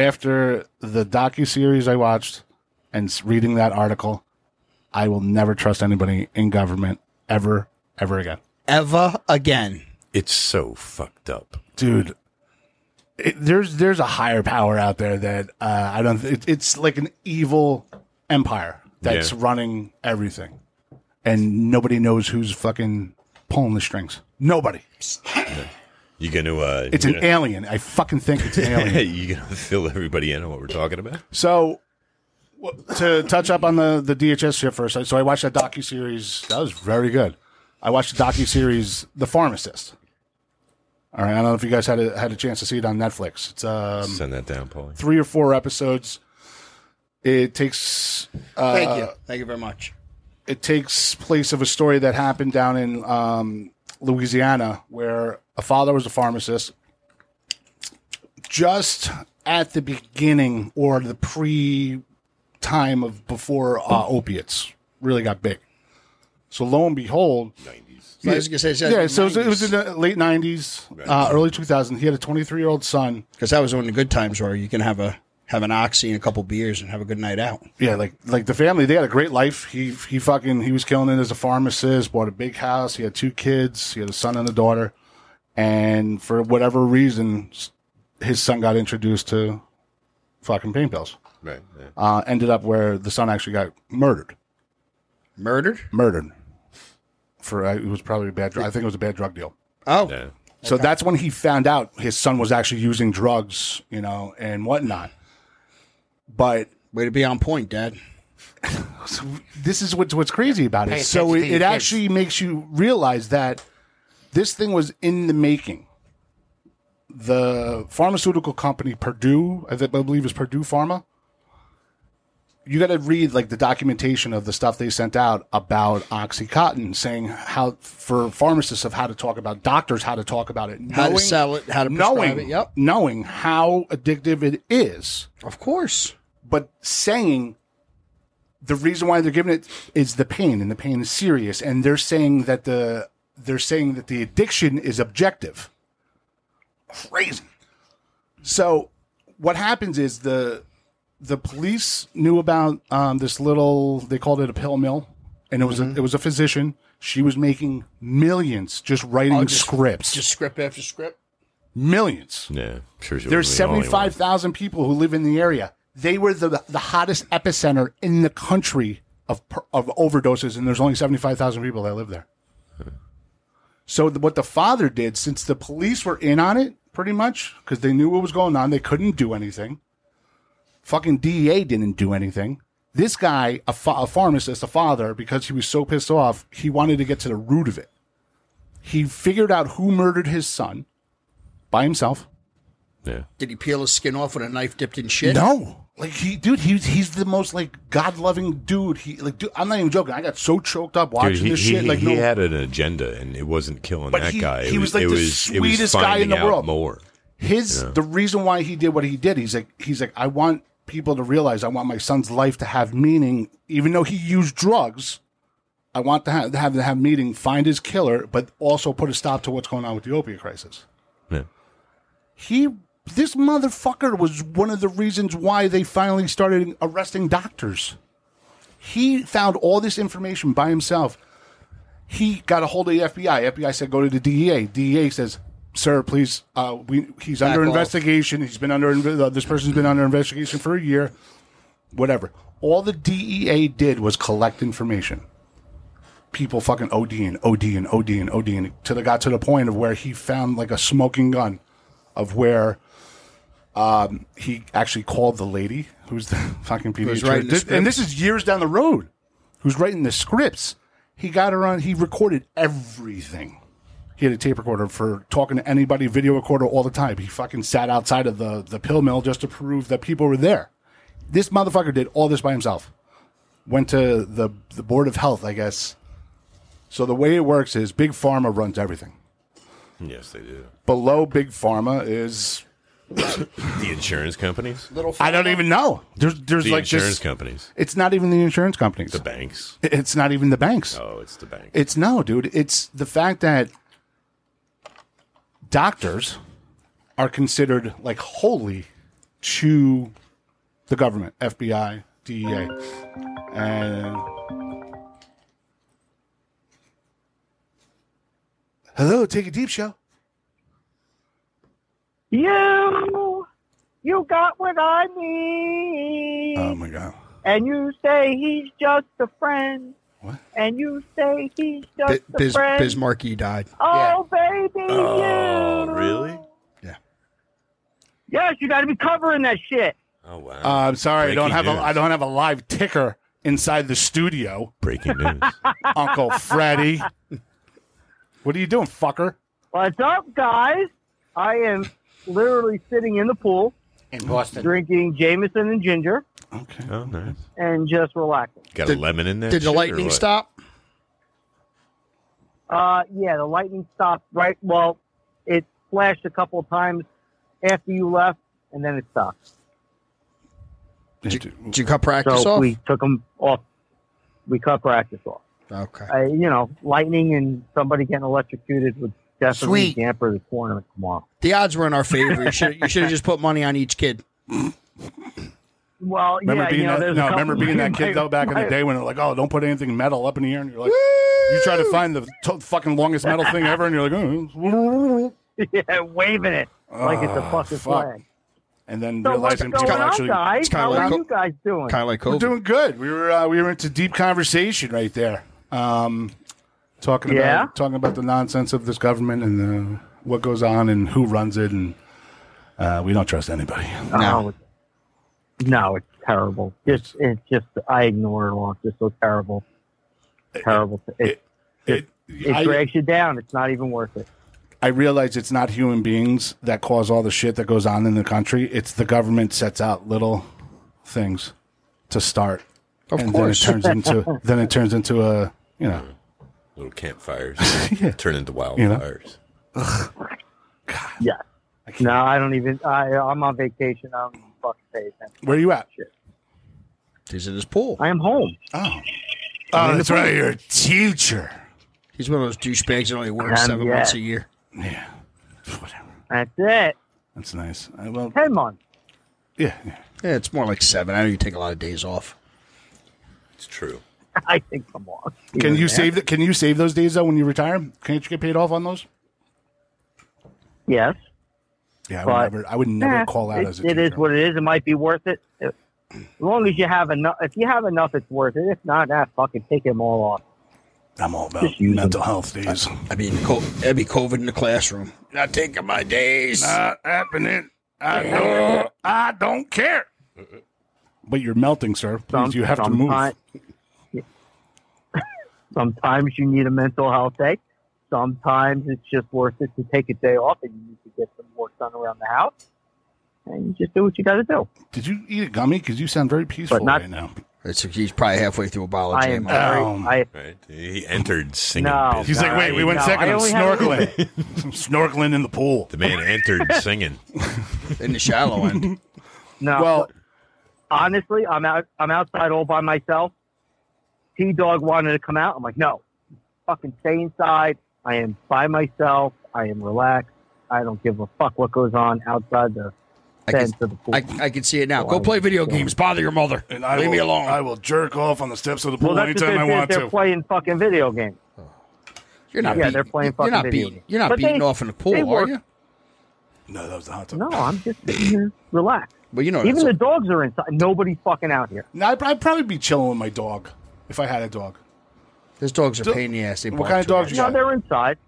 After the docu series I watched and s- reading that article, I will never trust anybody in government ever, ever again. Ever again. It's so fucked up, dude. It, there's there's a higher power out there that uh, I don't. It, it's like an evil empire that's Yeah. running everything, and nobody knows who's fucking pulling the strings. Nobody. You gonna? Uh, It's you an gonna- alien. I fucking think it's an alien. you gonna fill everybody in on what we're talking about? So, wh- to touch up on the the DHS shit first, I- so I watched that docu series. That was very good. I watched the docu series, The Pharmacist. All right, I don't know if you guys had a, had a chance to see it on Netflix. It's um, Send that down, Paul. three or four episodes. It takes. Uh, Thank you. Thank you very much. It takes place of a story that happened down in um, Louisiana, where a father was a pharmacist. Just at the beginning or the pre time of before uh, opiates really got big. So lo and behold, So I was gonna say, so yeah. So it was, it was in the late nineties, uh, early two thousand. He had a twenty three year old son. Because that was one of the good times where you can have a have an oxy and a couple beers and have a good night out. Yeah, like like the family, they had a great life. He he fucking he was killing it as a pharmacist, bought a big house, he had two kids, he had a son and a daughter. And for whatever reason, s- his son got introduced to fucking pain pills. Right. Uh, ended up where the son actually got murdered. Murdered? Murdered. For uh, it was probably a bad drug. I think it was a bad drug deal. Oh. So that's when he found out his son was actually using drugs, you know, and whatnot. But way to be on point, Dad. this is what's what's crazy about Pay it. So attention it, to your it kids. actually makes you realize that this thing was in the making. The pharmaceutical company Purdue, I think- I believe is Purdue Pharma. You got to read like the documentation of the stuff they sent out about OxyContin, saying how for pharmacists of how to talk about doctors, how to talk about it, How to sell it, how to prescribe knowing, it, yep. knowing how addictive it is, of course. But saying the reason why they're giving it is the pain, and the pain is serious, and they're saying that the they're saying that the addiction is objective. Crazy. So what happens is the the police knew about um, this little they called it a pill mill, and it was Mm-hmm. a, it was a physician. She was making millions just writing Oh, just- scripts, Just script after script. millions. Yeah, sure. she There's wasn't the only one. 75,000 people who live in the area. They were the, the hottest epicenter in the country of, per- of overdoses, and there's only 75,000 people that live there. So, the, what the father did, since the police were in on it pretty much, because they knew what was going on, they couldn't do anything. Fucking DEA didn't do anything. This guy, a, fa- a pharmacist, a father, because he was so pissed off, he wanted to get to the root of it. He figured out who murdered his son by himself. Did he peel his skin off with a knife dipped in shit? No, like he, dude, he's he's the most like God loving dude. He like, dude, I'm not even joking. I got so choked up watching Dude, he, this he- shit. Like, he no, had an agenda, and it wasn't killing But that he- guy. It he was like it the it was sweetest guy in finding the out world. More. his the reason why he did what he did. He's like, he's like, I want people to realize I want my son's life to have meaning, even though he used drugs. I want to have to have to have meaning, find his killer, but also put a stop to what's going on with the opiate crisis. Yeah. He, this motherfucker was one of the reasons why they finally started arresting doctors. He found all this information by himself. He got a hold of the FBI. FBI said, "Go to the E DEA." DEA says, "Sir, please, uh, we he's Back under off. investigation. He's been under inve- uh, this person's been under investigation for a year. Whatever." All the DEA did was collect information. People fucking ODing, ODing, ODing, ODing to the got to the point of where he found like a smoking gun, of where um, he actually called the lady who's the fucking Who's pediatrician. writing the This- and this scripts. is years down the road. Who's writing the scripts? He got her on. He recorded everything. He had a tape recorder for talking to anybody, video recorder all the time. He fucking sat outside of the the pill mill just to prove that people were there. This motherfucker did all this by himself. Went to the the board of health, I guess. So the way it works is big pharma runs everything Yes, they do. below big pharma is the insurance companies. I don't even know. There's there's The like insurance this- companies. It's not even the insurance companies. The banks. It's not even the banks. Oh, it's the bank. It's no, dude. It's the fact that doctors are considered like holy to the government, FBI, DEA, E and hello, take a deep show. You, you got what I mean. Oh my god. And you say he's just a friend. What? And you say he's just Bi- a Biz- friend. Bismarcky died. Oh, baby, Oh, you. really? Yes, you got to be covering that shit. Oh wow. Uh, I'm sorry, I don't Breaking have news. a I don't have a live ticker inside the studio. Breaking news. Uncle Freddy. What are you doing, fucker? What's up, guys? I am literally sitting in the pool in Boston, drinking Jameson and ginger, Oh, nice. and just relaxing. Got Did- a lemon in there. did the shit, or lightning what? stop? Uh, yeah, the lightning stopped right. Well, it flashed a couple of times after you left, and then it stopped. Did, you cut practice so off? We took them off. We cut practice off. Okay. Uh, you know, lightning and somebody getting electrocuted would definitely Sweet. damper the tournament tomorrow. The odds were in our favor. You should you should have just put money on each kid. Well, Remember yeah, being you know, that, there's a no, couple- remember being that kid though back in the my- day when they're like, oh, don't put anything metal up in the air, and you're like, you try to find the to- fucking longest metal thing ever, and you're like, oh, yeah, waving it like it's a Ah, fucking fuck. flag. and then So what's realizing going people on, actually, guys? How are you guys doing? We're doing good. We were uh, we were into deep conversation right there, um, talking Yeah? about talking about the nonsense of this government and the, what goes on and who runs it, and uh, we don't trust anybody. No. No, it's terrible. Just it's just I ignore it all. It's just so terrible, terrible. It it, it, I- drags you down. It's not even worth it. I realize it's not human beings that cause all the shit that goes on in the country. It's the government sets out little things to start, Of and course. then it turns into then it turns into a you know Little campfires turn into wildfires. You know? Yeah. No, I don't even. I, I'm on vacation. I don't even fucking pay attention. where are you at? He's in his pool. I am home. Oh, I'm in that's the pool. right. You're a teacher. He's one of those douchebags that only works Um, seven yeah. months a year. Yeah. That's it. That's nice. I, well, Ten months. Yeah, yeah. it's more like seven. I know you take a lot of days off. It's true. I think come on. Can you save that? Can you save those days though when you retire? Can't you get paid off on those? Yes. Yeah, I would never. I would never call out it, as a It teacher. is what it is. It might be worth it. It- As long as you have enough. If you have enough, it's worth it. If not, that fucking take them all off. I'm all about Just use mental health days. I mean, co- that'd be COVID in the classroom. Not taking my days. Not happening. I don't. I don't care. But you're melting, sir. Please, you have to move. move. Sometimes you need a mental health day. Sometimes it's just worth it to take a day off and you need to get some work done around the house. And you just do what you got to do. Did you eat a gummy? Because you sound very peaceful not- right now. It's, he's probably halfway through a bottle of I jam. am uh, very- I- Right? He entered singing. No. business. He's like, wait, wait one No, second. I I'm only have- snorkeling. I'm snorkeling in the pool. The man entered singing. in the shallow end. No. Well, honestly, I'm out. I'm outside all by myself. T Dog wanted to come out. I'm like, no, fucking stay inside. I am by myself. I am relaxed. I don't give a fuck what goes on outside the fence of the pool. I, I can see it now. Oh, Go play video games. Bother your mother. And I Leave will, me alone. I will jerk off on the steps of the pool well, that's anytime what I this is. want they're to. playing fucking video games. You're not yeah, beating- they're playing you're fucking not video beating- games. you're not But beating they- off in the pool, they are work- you? No, that was the hot tub. No, I'm just sitting here, relaxed. Well, you know, even that's the dogs are inside. Nobody's fucking out here. No, I'd, I'd probably be chilling with my dog if I had a dog. Those dogs are Do- pain in the ass. They What kind of dogs you No, got? they're inside.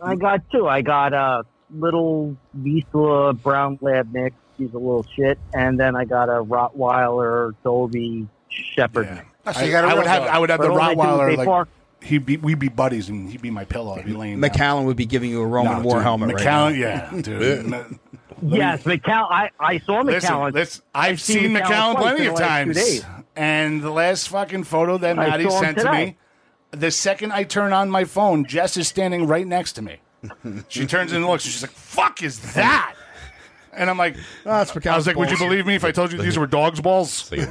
Mm. I got two. I got a little Vizsla brown lab mix. She's a little shit, and then I got a Rottweiler Dolby Shepherd. mix. I, I would have. I would have the But all they do is Rottweiler. they bark. Like he, would be we'd be buddies, and he'd be my pillow. I'd be laying. down. McAllen would be giving you a Roman No, war dude, helmet McAllen- right now. yeah, dude. yes, McCall. I, I saw McCallum. Listen, listen, I've seen McAllen plenty of times. And the last fucking photo that I Maddie saw him sent to today. me, the second I turn on my phone, Jess is standing right next to me. She turns and looks, and she's like, "Fuck is that?" And I'm like, Ah, that's I was like, would you believe me if I told you these were dog's balls? He-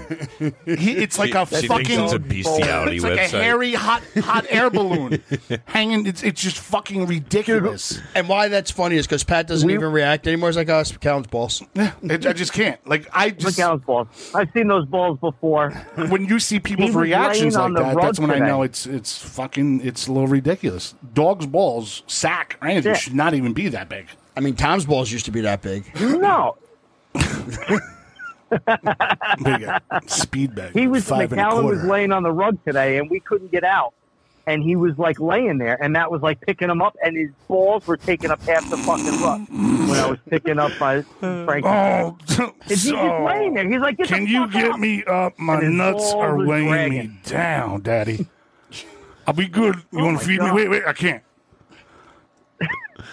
it's like a She thinks fucking it's a bestiality it's like website. a hairy hot hot air balloon hanging. It's it's just fucking ridiculous. And why that's funny is because Pat doesn't even react anymore. He's like, oh, it's Callen's balls. Yeah, I, I just can't. Like, I just Callen's balls. I've seen those balls before. when you see people's He was reactions laying like on the that, that's rug when I today. know it's it's fucking it's a little ridiculous. Dog's balls, sack, or anything Yeah. should not even be that big. I mean, Tom's balls used to be that big. No, big speed bag. he was Uh, five and a McAllen quarter. was laying on the rug today, and we couldn't get out. And he was like laying there, and that was like picking him up, and his balls were taking up half the fucking rug when I was picking up my Frank. Oh, he's just so- laying there. He's like, "Get the Can you fuck get out." me up? My And his nuts balls are was weighing me dragging. down, Daddy. I'll be good. You Oh want my to feed me? God. Wait, wait, I can't.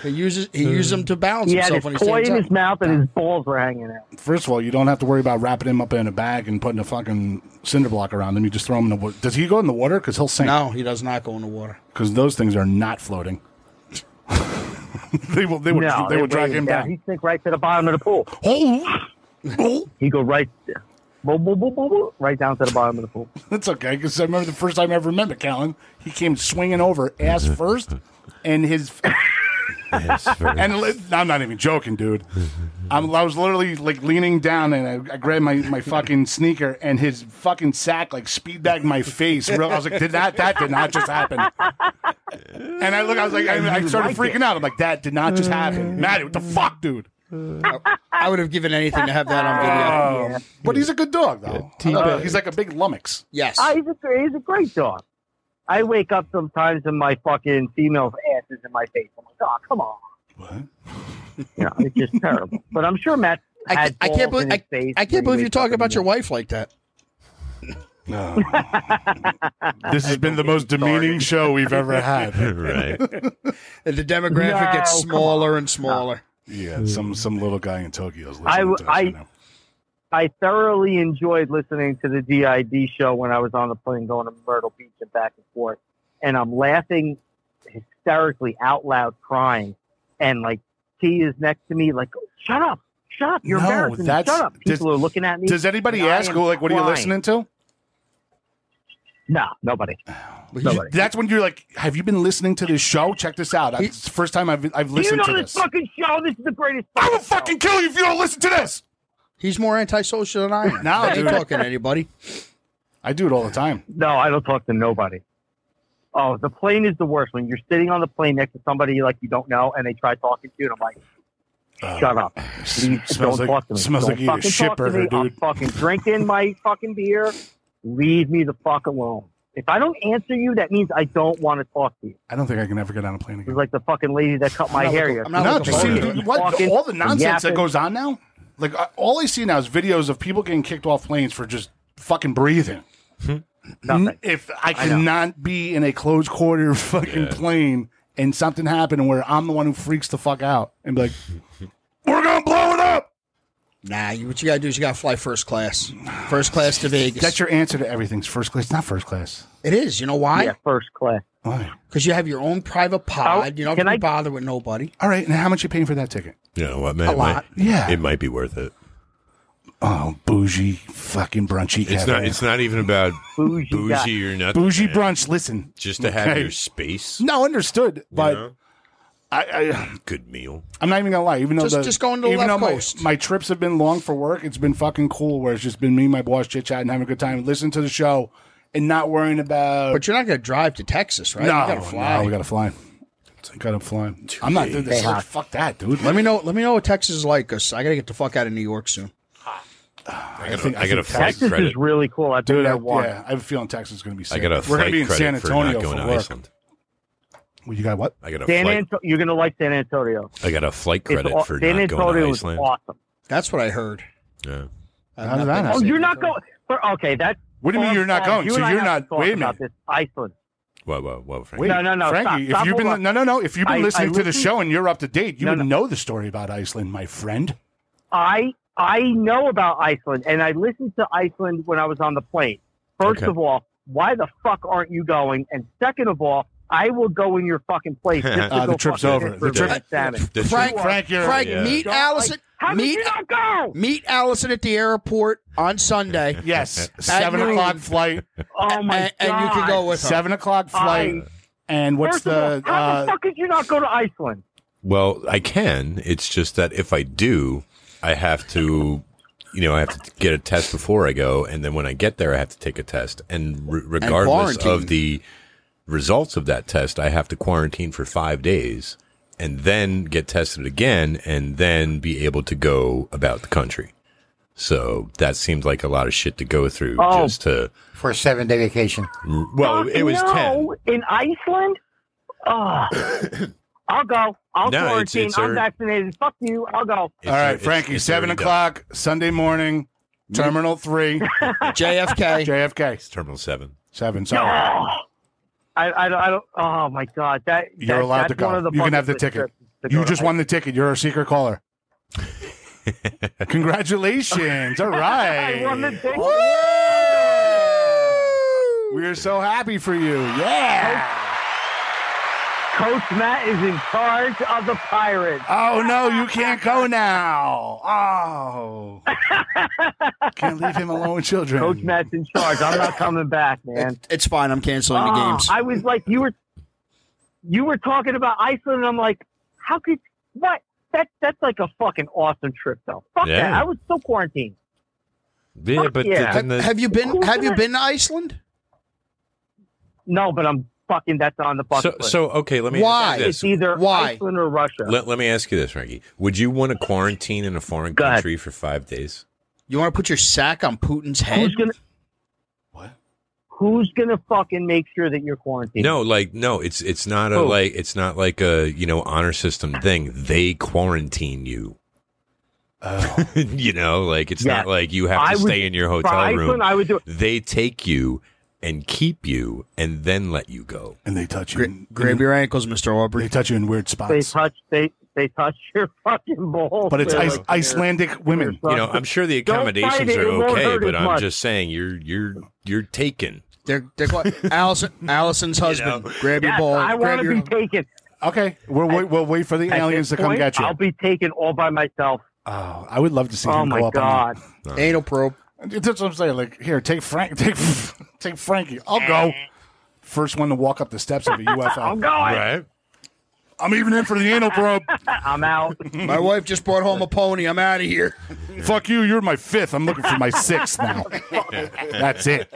He uses he uses them to balance He had himself his when he's toy stands in up. his mouth, and his balls were hanging out. First of all, you don't have to worry about wrapping him up in a bag and putting a fucking cinder block around him. You just throw him in the water. Does he go in the water? Because he'll sink. No, he does not go in the water. because those things are not floating. they will. They will. No, they will they're drag weighing him down. He sink right to the bottom of the pool. he go right, boom, boom, boom, boom, boom, right down to the bottom of the pool. That's okay because I remember the first time I ever met McAllen. He came swinging over ass first, and his. and li- I'm not even joking, dude. I'm, I was literally like leaning down and I, I grabbed my, my fucking sneaker and his fucking sack like speed bagged my face. Real- I was like, did that that did not just happen? And I look, I was like, I, I started freaking out. I'm like, that did not just happen, Maddie. What the fuck, dude? I would have given anything to have that on Ah. video. Um, But he's a good dog though. Yeah. Uh, T-Bird. he's like a big lummox. Yes. Oh, he's a great, he's a great dog. I wake up sometimes and my fucking female's ass is in my face. I'm like, oh, come on. What? You know, it's just terrible. But I'm sure Matt. I, Had I can't believe balls in I, his I face when can't he believe you're wakes up talking in the about your wife like that. No. this has been the most demeaning show we've ever had. right. And the demographic gets No, come smaller and smaller. Yeah, some some little guy in Tokyo is listening I, to us right I, now. I thoroughly enjoyed listening to the DID show when I was on the plane going to Myrtle Beach and back and forth. And I'm laughing hysterically out loud, crying. And like, T is next to me, like, shut up, shut up, you're No, embarrassing. me, that's- Shut up. People does- are looking at me. Does anybody and I ask, am well, like, what are you crying. listening to? No, nobody. You- That's when you're like, have you been listening to this show? Check this out. I- It's the first time I've, I've Do you listened know to this, this. fucking show? This is the greatest. I will fucking kill you if you don't listen to this. He's more antisocial than I am. No, I ain't dude. talking to anybody. I do it all the time. No, I don't talk to nobody. Oh, the plane is the worst. When you're sitting on the plane next to somebody like you don't know, and they try talking to you, and I'm like, shut up, Please, don't Oh. smells like- talk to me. smells Don't like you ate a fucking shit talk to burger, me. I'm dude." fucking drinking my fucking beer. Leave me the fuck alone. If I don't answer you, that means I don't want to talk to you. I don't think I can ever get on a plane It's again. like the fucking lady that cut my not hair. looking- yesterday. I'm not No, looking just see, forward to it. dude, what, Fucking all the nonsense that yapping. goes on now. Like, I, all I see now is videos of people getting kicked off planes for just fucking breathing. Hmm? Nothing. If I know. cannot be in a closed quarter fucking plane and something happened where I'm the one who freaks the fuck out and be like, we're going to blow it up. Nah, you, what you gotta do is you gotta fly first class. First class to Vegas. That's your answer to everything's first class. It's not first class. it is. You know why? Yeah, first class. Why? Because you have your own private pod. Oh, you don't have can to I- be bothered with nobody. All right. And how much you paying for that ticket? You know what, man? A it might- lot. Yeah. It might be worth it. Oh, bougie fucking brunchy. It's not. It's not even about Bougie guy. bougie or nothing. bougie man. brunch. Listen. Just to have Okay. your space. No, understood. But know? I, I, Good meal. I'm not even gonna lie. Even though Just- the, just going to the even left though my- coast. My, trips have been long for work. It's been fucking cool. Where it's just been me, and my boss, chit chat, and having a good time, listening to the show, and not worrying about. But you're not gonna drive to Texas, right? no, you gotta fly. no, we gotta fly. Gotta fly. I'm not doing this. Fuck that, dude. Let me know. Let me know what Texas is like. Cause I gotta get the fuck out of New York soon. I got. to I, got a think flight Texas credit. is really cool. I've been Dude, I, there once. yeah, I have a feeling Texas is going to be. I Sick. got a We're gonna flight be in credit San Antonio for not going to work. Iceland. Well, you got what? I got a San flight. Anto- you're gonna like San Antonio. I got a flight It's credit aw- for San not going Antonio to is Iceland. awesome. That's what I heard. Yeah. I've How did that not been to happen? Oh, San you're not Antonio. going. Okay, that's. What do you mean Hold you're not on, going? you So and I you're have not- to talk wait a about This Iceland. Whoa, whoa, whoa, Frank. Wait, No, no, no, Frankie. stop, if stop, you've been hold on. no, no, no. If you've I- been I listening to the listened- show and you're up to date, you No, would no. know the story about Iceland, my friend. I I know about Iceland, and I listened to Iceland when I was on the plane. First Okay. of all, why the fuck aren't you going? And second of all, I will go in your fucking place. Just to Uh, go the trip's fucking over. hit The for a trip- bit of salmon. the trip- Frank- Frank, you're- Frank, Yeah. meet Don't- Allison. how did meet, you not go? Meet Allison at the airport on Sunday. Yes, At seven noon. o'clock flight. Oh my and, and you God. can go with her. Seven o'clock flight. and what's First of the? all, how uh, the fuck did you not go to Iceland? Well, I can. It's just that if I do, I have to, you know, I have to get a test before I go, and then when I get there, I have to take a test, and re- regardless quarantine. of the results of that test, I have to quarantine for five days, and then get tested again, and then be able to go about the country. So that seemed like a lot of shit to go through Oh. just to for a seven day vacation. Well, it was no, ten. in Iceland. Oh, I'll go. I'll No, it's- quarantine. it's I'm already- vaccinated. Fuck you. I'll go. all right, Frankie. seven o'clock Sunday morning, Terminal Three, JFK. JFK. Terminal Seven. Seven. No. Sorry. I, I, don't- I don't. Oh my god, that You're that- allowed that's to go. One of the you can bucket have the list ticket. trips to go You to just won the ticket. You're a secret caller. Congratulations. All right. I won the ticket. Woo! We are so happy for you. Yeah. Coach Matt is in charge of the Pirates. Oh, no, you can't go now. Oh. can't leave him alone with children. Coach Matt's in charge. I'm not coming back, man. It- it's fine. I'm canceling the Ah, games. I was like, you were, you were talking about Iceland, and I'm like, how could what? That that's like a fucking awesome trip, though. Fuck that. Yeah. I was so quarantined. Yeah, Fuck but yeah. then the- have you been? Who's Have you gonna- been to Iceland? No, but I'm fucking. That's on the bucket So- list. so, okay, let me Why? ask you this. It's either Why? Iceland or Russia. Let, let me ask you this, Frankie. Would you want to quarantine in a foreign country for five days? You want to put your sack on Putin's head? Who's gonna? Who's gonna fucking make sure that you're quarantined? No, like no, it's it's not a Oh. like it's not like a you know honor system thing. They quarantine you. Oh. you know, like it's not like you have to I would- stay in your hotel for room. Iceland, I would do it. They take you and keep you and then let you go. And they touch you. Gra- in- grab your ankles, Mister Aubrey. They touch you in weird spots. They touch. They they touch your fucking balls. but it's They're Ice- like, Icelandic women. You know, I'm sure the Don't fight accommodations it, are it won't okay, hurt but as I'm much. just saying you're you're you're taken. They're, they're quite, Allison, Allison's husband. Grab your Yes, ball. I grab want to your, be taken. Okay, we'll wait. We'll wait for the At aliens to this come point, get you. I'll be taken all by myself. oh, I would love to see Oh him my go up. on god. anal probe. you. That's what I'm saying. Like, here, take Frank. Take take Frankie. I'll go. First one to walk up the steps of a UFO. I'm going. Right? I'm even in for the anal probe. I'm out. My wife just brought home a pony. I'm out of here. Fuck you. You're my fifth. I'm looking for my sixth now. That's it.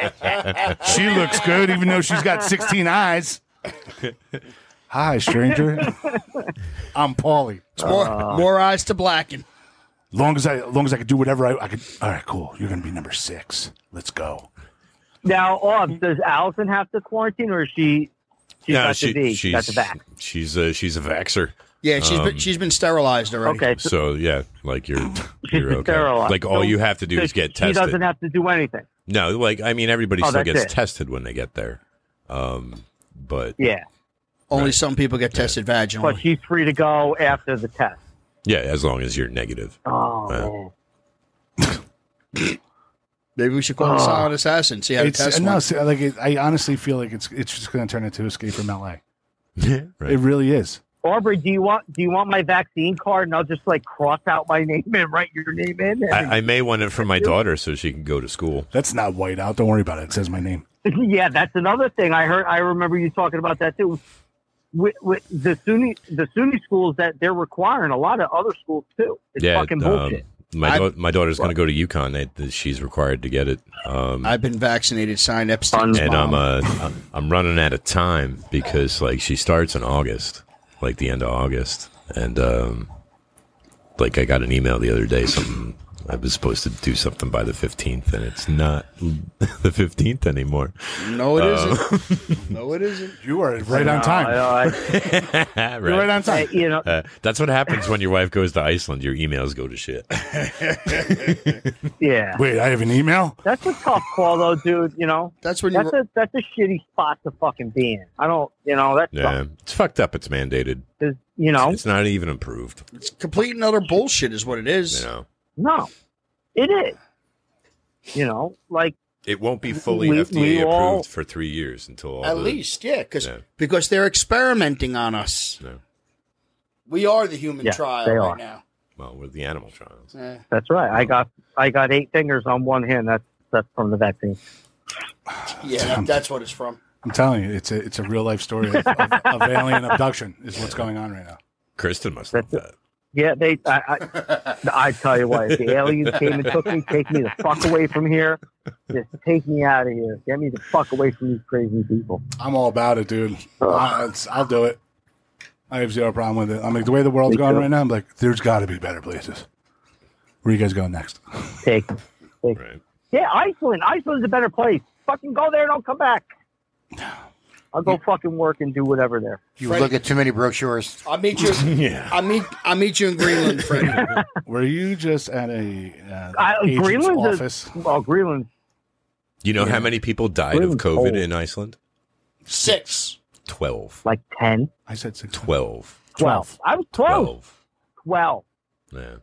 She looks good, even though she's got 16 eyes. Hi, stranger. I'm Paulie. It's more, Uh. more eyes to blacken. Long as I, long as I could do whatever I, I could. All right, cool. You're gonna be number six. Let's go. Now, Oz, does Allison have to quarantine, or is she? She's No, got she- the V. She's got she's the back. she's a she's a vaxer. Yeah, she's Um. been she's been sterilized already. Okay, so, So yeah, like you're she's you're been okay. sterilized. Like all So- you have to do so is get She tested. doesn't have to do anything. No, like I mean, everybody Oh, still that's gets it. tested when they get there. Um, but yeah. Yeah, Only some people get tested but Mm. vaginally. she's free to go after the test. as long as you're negative. Oh, Yeah. man. Maybe we should call the Oh. silent assassin. See how to It's test no, one. see, like it, I honestly feel like it's it's just gonna turn into Escape from L.A. Yeah, It really is. Aubrey, do you want do you want my vaccine card? And I'll just like cross out my name and write your name in. And, I, I may want it for my daughter so she can go to school. That's not white out. Don't worry about it. It says my name. yeah, that's another thing. I heard. I remember you talking about that too. With, with the SUNY the SUNY schools that they're requiring a lot of other schools too. It's yeah, fucking um, bullshit. my I- dau- my daughter's going to go to UConn. They, th- she's required to get it. Um, I've been vaccinated. Signed Epstein's and mom. I'm uh, I'm running out of time because like she starts in August, like the end of August, and um, like I got an email the other day. Something I was supposed to do something by the 15th, and it's not the 15th anymore. Um, no, uh, it not no, it isn't. You are right on No, time. I- I- right. You're right on I- time. you know, Uh, that's what happens when your wife goes to Iceland. Your emails go to shit. yeah. Wait, I have an email. That's a tough call though, dude. You know, That's when you. that's a that's a shitty spot to fucking be in. I don't, you know, that's Yeah, it's fucked up. It's mandated. you know, It's not even approved. It's complete and utter bullshit, is what it You is. know, no, it is. You know, like It won't be fully We- FDA we approved all- for three years until all At the- least, yeah, because Yeah. because they're experimenting on us. We are the human Yeah, trial they right are. now. Well, with the animal trials. Yeah. That's right. I got I got eight fingers on one hand. That's that's from the vaccine. Yeah, that, that's what it's from. I'm telling you, it's a it's a real life story of, of, of alien abduction is what's going on right now. Kristen must love that. Yeah, they. I, I, I tell you what, if the aliens came and took me, take me the fuck away from here. Just take me out of here. Get me the fuck away from these crazy people. I'm all about it, dude. I, it's, I'll do it. I have zero problem with it. I'm like the way the world's going right now. I'm like, there's got to be better places. Where you guys going next? Take, take. Yeah, Iceland. Iceland's a better place. Fucking go there and don't come back. I'll go fucking work and do whatever there. You look at too many brochures. I'll meet you. Yeah. I'll meet. I'll meet you in Greenland, Freddie. Were you just at a uh, I, agent's Greenland's office? A, well, Greenland. You know how many people died of COVID in Iceland? Six. Twelve. Like ten? I said six. Twelve. Twelve. I was twelve. Twelve. Yeah.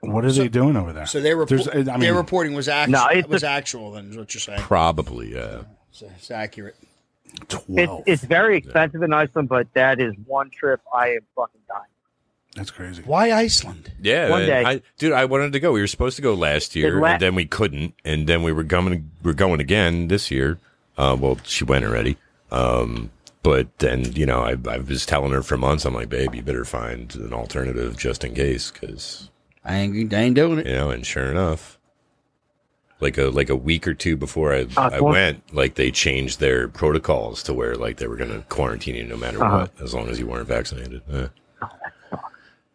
What are they doing over there? So they were. There's- I mean, their reporting was actual. No, it's was a- actual. Then is what you're saying. Probably, yeah. It's, it's accurate. It's, it's very expensive in Iceland, but that is one trip I am fucking dying. That's crazy. Why Iceland? Yeah, One and day. I, dude, I wanted to go. We were supposed to go last year, Good la- and then we couldn't, and then we were coming. We're going again this year. Uh, well, she went already. Um, but then you know, I, I was telling her for months. I'm like, babe, you better find an alternative just in case, because I ain't, I ain't doing it. You know, and sure enough, like a like a week or two before I Uh, I well- went, like they changed their protocols to where like they were going to quarantine you no matter Uh-huh. Oh, what, as long as you weren't vaccinated. Yeah.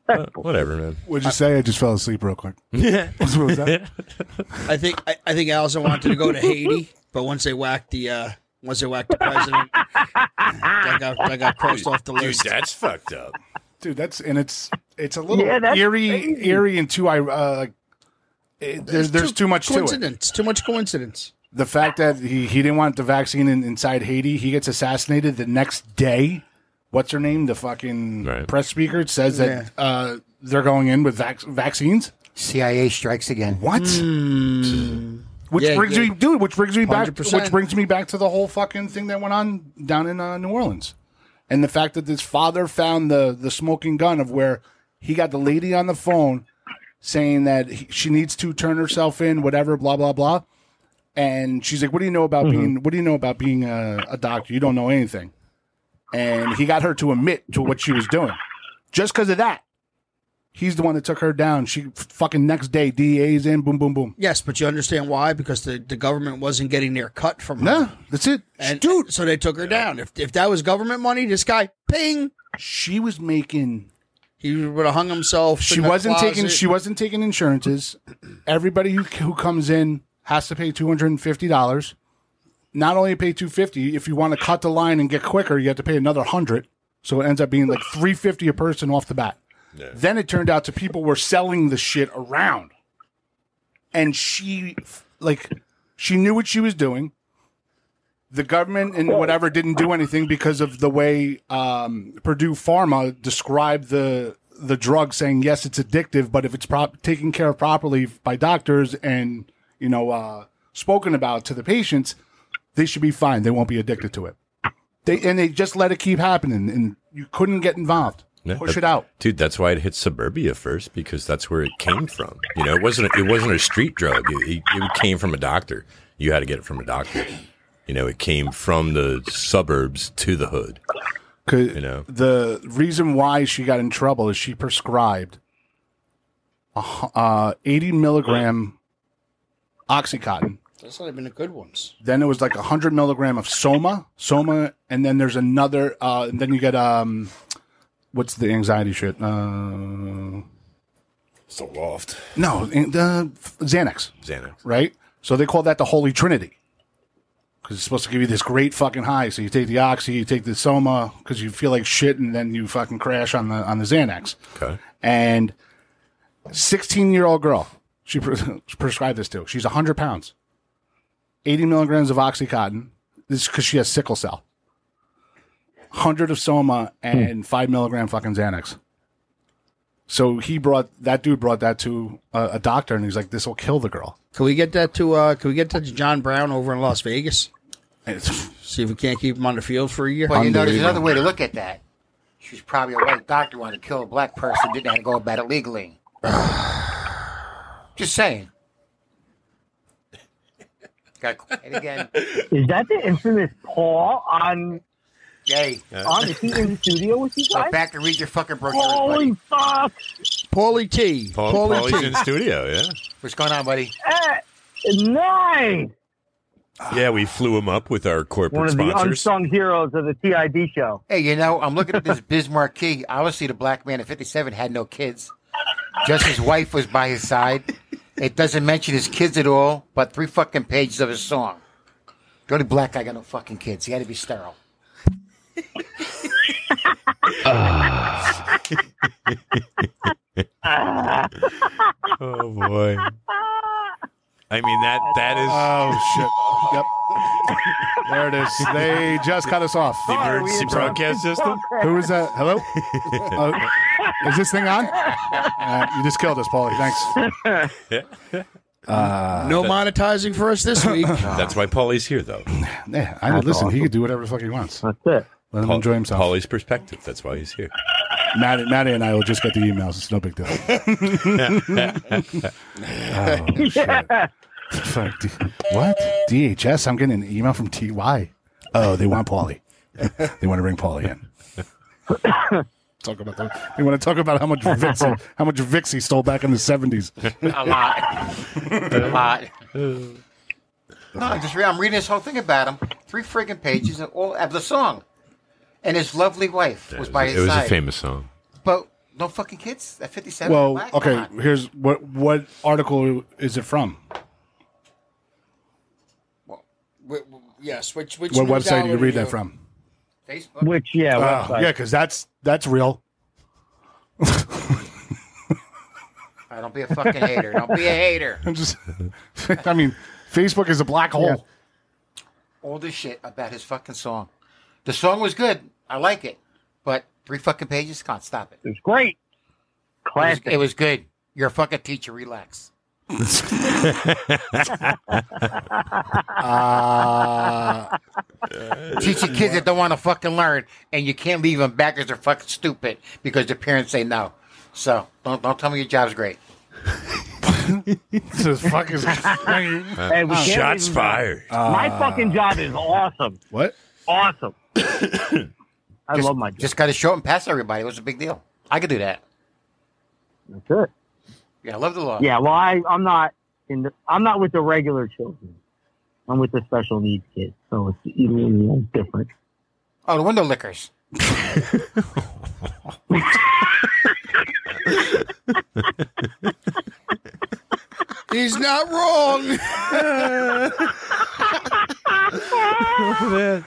Uh, whatever, man. What'd you say? I just fell asleep real quick. Yeah. what was that? I think. I, I think Allison wanted to go to Haiti, but once they whacked the. Uh, once they whacked the president, Ah! that got, that got crossed off the list. that's fucked up. dude. That's and it's it's a little Yeah, that's eerie, crazy. eerie, and too. I uh, like, it, there's there's too, much to it. coincidence. Too much coincidence. The fact that he, he didn't want the vaccine in, inside Haiti, he gets assassinated the next day. What's her name? The fucking press speaker says that uh, they're going in with vac- vaccines. CIA strikes again. Mm. What? Which Yeah, brings yeah. me, dude. Which brings me back. 100%. Which brings me back to the whole fucking thing that went on down in uh, New Orleans, and the fact that this father found the the smoking gun of where he got the lady on the phone saying that he, she needs to turn herself in, whatever, blah blah blah, and she's like, "What do you know about Mm-hmm. being? What do you know about being a, a doctor? You don't know anything." And he got her to admit to what she was doing, just because of that. He's the one that took her down. She fucking next day, DA's in, boom, boom, boom. Yes, but you understand why? Because the, the government wasn't getting their cut from her. No, that's it. And, Dude. So they took her down. If, if that was government money, this guy, ping. She was making. He would have hung himself. she wasn't taking she wasn't taking insurances. Everybody who who comes in has to pay two hundred and fifty dollars. Not only pay two fifty, if you want to cut the line and get quicker, you have to pay another hundred. So it ends up being like three fifty a person off the bat. Then it turned out to people were selling the shit around, and she like she knew what she was doing. The government and whatever didn't do anything because of the way um, Purdue Pharma described the the drug, saying yes, it's addictive, but if it's prop- taken care of properly by doctors and you know uh, spoken about to the patients, they should be fine. They won't be addicted to it. They and they just let it keep happening, and you couldn't get involved. Yeah, Push that- it out. dude. That's why it hit suburbia first because that's where it came from. You know, it wasn't it wasn't a street drug. It, it, it came from a doctor. You had to get it from a doctor. You know, it came from the suburbs to the hood. Cause You know, the reason why she got in trouble is she prescribed a, hu- uh, 80 milligram oxycontin That's not even the good ones. then it was like 100 milligram of soma soma and then there's another uh, and then you get um what's the anxiety shit uh, it's a loft. no in- the xanax Xanax. right so they call that the holy trinity because it's supposed to give you this great fucking high so you take the oxy you take the soma because you feel like shit and then you fucking crash on the on the xanax Okay. and 16 year old girl she pres- prescribed this to she's 100 pounds 80 milligrams of oxycontin this is because she has sickle cell 100 of soma and 5 milligram fucking xanax So he brought that dude brought that to a, a doctor, and he's like, "This will kill the girl." Can we get that to uh, Can we get that to John Brown over in Las Vegas? Oh, See if we can't keep him on the field for a year. Um, Well, you know, there's another way to look at that. She was probably a white doctor wanted to kill a black person, didn't have to go about it legally. Just saying. Got quiet again. Is that the infamous Paul on? Yay! On is he in the studio with you guys? Go back and read your fucking brochure, Holy buddy. fuck! Paulie T. Paul, Paulie Paulie's T. in studio, yeah. What's going on, buddy? Eh, nice. Yeah, we flew him up with our corporate One of the sponsors. unsung heroes of the TID show. Hey, you know, I'm looking at this Bismarck key. Obviously, the black man at 57 had no kids. Just his wife was by his side. It doesn't mention his kids at all, but three fucking pages of his song. The only black guy got no fucking kids. He had to be sterile. oh boy. Ah! Ah, I mean that that is Uh, Oh shit! Yep. There it is. They just cut us off. The emergency broadcast system? Who is that? Hello. Uh, is this thing on? Uh, you just killed us, Paulie. Thanks. Uh, no monetizing for us this week. That's why Paulie's here though. Yeah, I mean, That's listen, he awesome. could do whatever the fuck he wants. That's it. Let him Paul- enjoy himself. Paulie's perspective. That's why he's here. Maddie, Maddie and I will just get the emails. It's no big deal. Oh, shit. Yeah. Fuck, D- what? DHS? I'm getting an email from TY. Oh, they want Paulie. they want to bring Paulie in. talk about that. They want to talk about how much Vixie, how much Vixie stole back in the 70s. A lot. a lot. No, I just re- I'm reading this whole thing about him. Three friggin' pages and all of the song. And his lovely wife was by his It was side. a famous song. But no fucking kids at 57? Well, Black? okay. Come on. Here's what what article is it from? W- w- yes, which which what news website do you outlet read are E. that from? Facebook. Which yeah, Oh, website. yeah, because that's that's real. I don't be a fucking hater. Don't be a hater. I'm just. I mean, Facebook is a black hole. all this shit about his fucking song. The song was good. I like it. But three fucking pages? Can't stop it. It was great. Classic. It was, good. You're a fucking teacher. Relax. Uh, Teaching kids that don't want to fucking learn, and you can't leave them back because they're fucking stupid because their parents say no. So don't don't tell me your job's great. this is fucking. Hey, oh. we can't Shots even- fired. my Uh, fucking job is awesome. What? Awesome. I just, love my job. Just got to show up and pass everybody. It was a big deal. I could do that. That's it. Yeah, I love the law. Yeah, well, I, I'm not in the. I'm not with the regular children. I'm with the special needs kids, so it's even different. Oh, the window lickers. He's not wrong. oh man.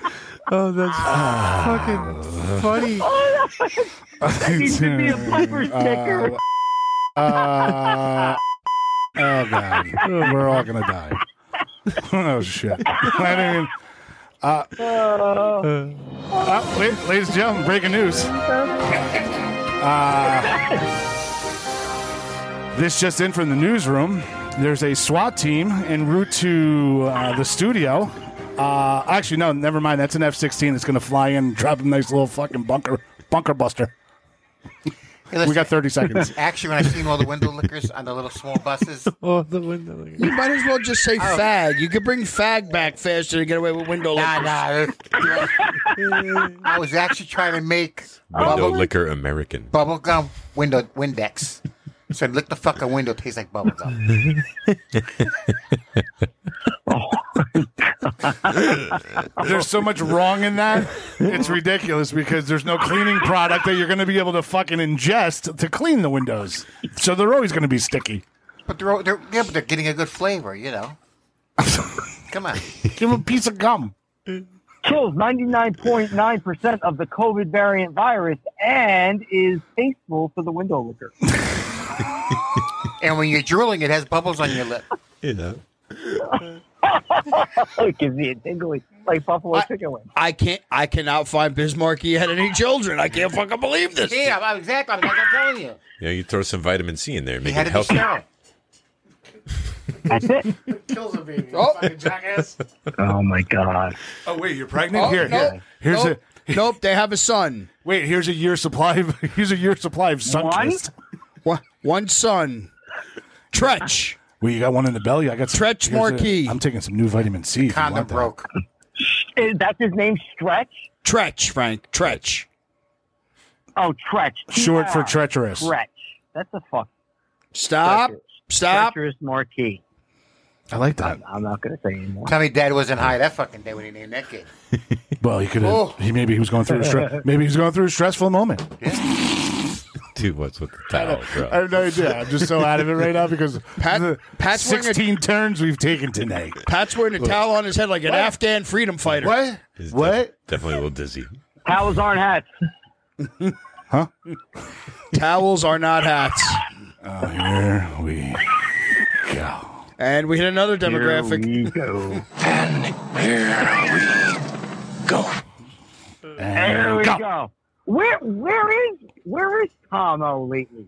Oh that's Ah. fucking funny. Oh, that needs to be a Piper sticker. Uh, oh god, we're all gonna die. oh shit! I didn't even- uh, uh, wait, ladies and gentlemen, breaking news. Uh, this just in from the newsroom. There's a SWAT team en route to uh, the studio. Uh, actually, no, never mind. That's an F-16 that's going to fly in and drop a nice little fucking bunker bunker buster. we got 30 seconds. Actually, when I seen all the window lickers on the little small buses, oh, the window lickers. You might as well just say Oh. fag. You could bring fag back faster to get away with window Nah, lickers. I was actually trying to make Window bubble, liquor American. bubble gum window Windex. So I licked the fucking window. It tastes like bubble gum. There's so much wrong in that. It's ridiculous because there's no cleaning product that you're going to be able to fucking ingest to clean the windows. So they're always going to be sticky. But they're, they're yeah, but they're getting a good flavor, you know. Come on, give him a piece of gum. Kills 99.9% of the COVID variant virus and is faithful to the window licker. And when you're drooling, it has bubbles on your lip. You know. it gives me a tingly, like buffalo chicken wings. I can't. I cannot find Bismarck. He had any children. I can't fucking believe this. Yeah, I'm- exactly. I'm not telling you. You know, you throw some vitamin C in there, make had it to be healthy. sterile. That's it. Kills a baby. Oh. Fucking jackass. Oh my god! Oh wait, you're pregnant? Oh, here, nope, here. Here's nope, a Nope, they have a son. Wait, here's a year supply of here's a year supply of sunkist. One? one son. Tretch. Well, you got one in the belly. I got some, Tretch here's a- Marquis. I'm taking some new vitamin C. if you want that. Is that his name? Stretch. Tretch, Frank. Tretch. Oh, Tretch. Short for Yeah. treacherous. Tretch. That's a fuck. Stop. Stop. Treacherous marquee. I like that. I'm not gonna say anymore. Tell me dad wasn't high that fucking day when he named that kid. Well, he could have. Oh. He maybe he was going through a stre- maybe he was going through a stressful moment. Dude, what's with the towel, bro? I have no idea. I'm just so out of it right now because Pat- the Pat's wearing a- 16 turns we've taken tonight. Pat's wearing a towel on his head like an What? Afghan freedom fighter. What? He's def- What? definitely a little dizzy. Towels aren't hats. Huh? Towels are not hats. Oh, here we go. And we hit another demographic. Here we go. There we go. Where where is where is Tomo lately?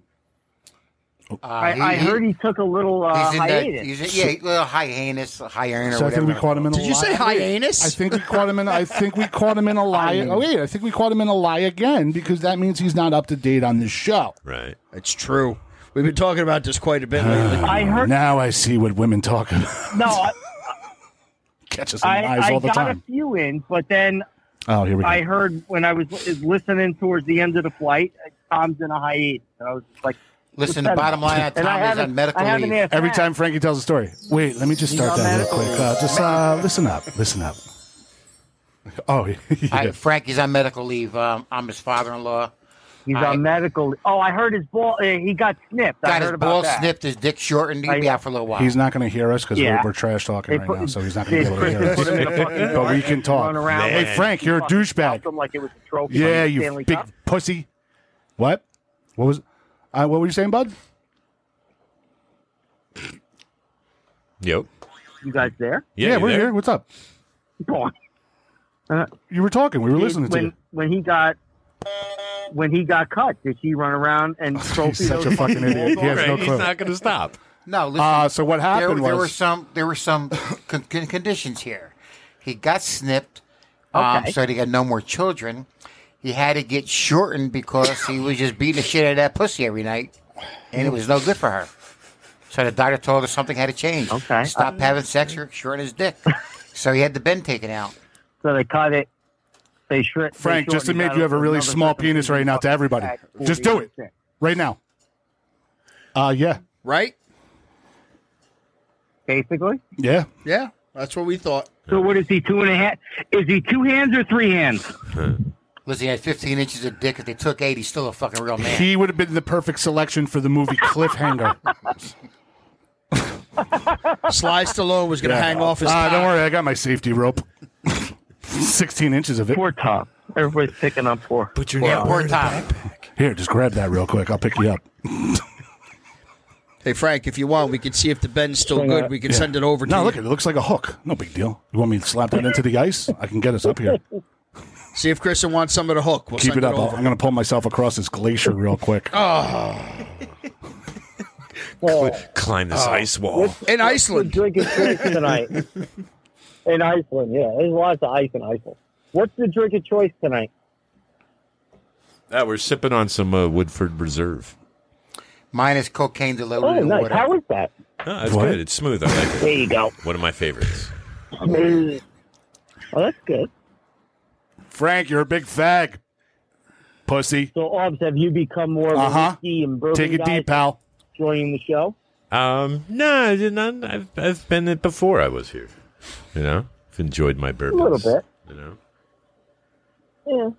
Uh, I, he- I he- heard he took a little uh, He's in that. hiatus. He's in, yeah, he- little hyenas, hyena. So I think we caught him in a Did you say lie. hyenas? I think we caught him in. I think we caught him in a lie. Oh wait, I think we caught him in a lie again because that means he's not up to date on this show. Right. It's true. We've been talking about this quite a bit lately. I heard Now I see what women talk about. no. I, Catch us in the I, eyes I all the got time. a few in, but then Oh, here we go. I heard when I was li- listening towards the end of the flight, uh, Tom's in a hiatus. And I was just like, Listen, the bottom line on And I Tom is haven't- on medical I haven't leave. asked Every that. time Frankie tells a story. Wait, let me just He's start on that real medical quick. Uh, just uh, listen up. Listen up. Oh, yeah. I, Frankie's on medical leave. Um, I'm his father-in-law. he's I- on medical. Oh, I heard his ball. Uh, he got snipped. I Got heard his about ball that. snipped, his dick shortened. He'll be out for a little while. He's not going to hear us because Yeah. we're, we're trash talking They right put- now, so he's not going to they be able to hear put him in a us. fucking but we yard can and talk. run around Hey, like Frank, you're a fucking douchebag. Him like it was a trophy. Yeah, from the you Stanley big Cup. pussy. What? What was? Uh, what were you saying, bud? Yep. You guys there? Yeah, you we're there? here. What's up? Boy. You were talking. We were listening to when you. when he got when he got cut, did he run around and trophy? He's such a those- fucking idiot. He has no clue. going to stop. No, listen. Uh, so what there, happened there were was some there were some con- con- conditions here. He got snipped, um, Okay. so he got no more children. He had to get shortened because he was just beating the shit out of that pussy every night, and it was no good for her. So the doctor told her something had to change. Okay. stop having sex or shorten his dick. so he had the bend taken out. So they cut it. They shri- they Frank. Just shortened it admit out you have a to really another small circumcision penis right now to everybody. at Just do it 48%. right now. Uh, yeah, right? Basically. yeah. Yeah, that's what we thought. So what is he two and a half? Is he two hands or three hands? Listen, he had 15 inches of dick. If they took eight, he's still a fucking real man. He would have been the perfect selection for the movie Cliffhanger. Sly Stallone was going to Yeah. hang off his. Ah, top. don't worry, I got my safety rope. Sixteen inches of it. Poor Tom. Everybody's picking on poor. But you're yeah, poor Tom. Here, just grab that real quick. I'll pick you up. Hey Frank, if you want, we can see if the bend's still Hang good. on. We can Yeah. send it over to No, you. look, it looks like a hook. No big deal. You want me to slap that into the ice? I can get us up here. See if Kristen wants some of the hook. We'll Keep send it up. I'll- over. I'm going to pull myself across this glacier real quick. Climb this ice wall. In Iceland, drinking choice tonight? in Iceland, yeah. There's lots of ice in Iceland. What's the drink of choice tonight? Ah, we're sipping on some uh, Woodford Reserve. Mine is cocaine diluted Oh, in nice. water. How is that? Ah, it's What? good. It's smooth. I like it. There you go. One of my favorites. Oh, that's good. Frank, you're a big fag. Pussy. So, Orbs, have you become more of a Uh-huh. whiskey and bourbon Take it guy deep, pal. joining the show? Um, no, I did not. I've, I've been it before I was here. You know? I've enjoyed my bourbon. little bit. You know? Yeah.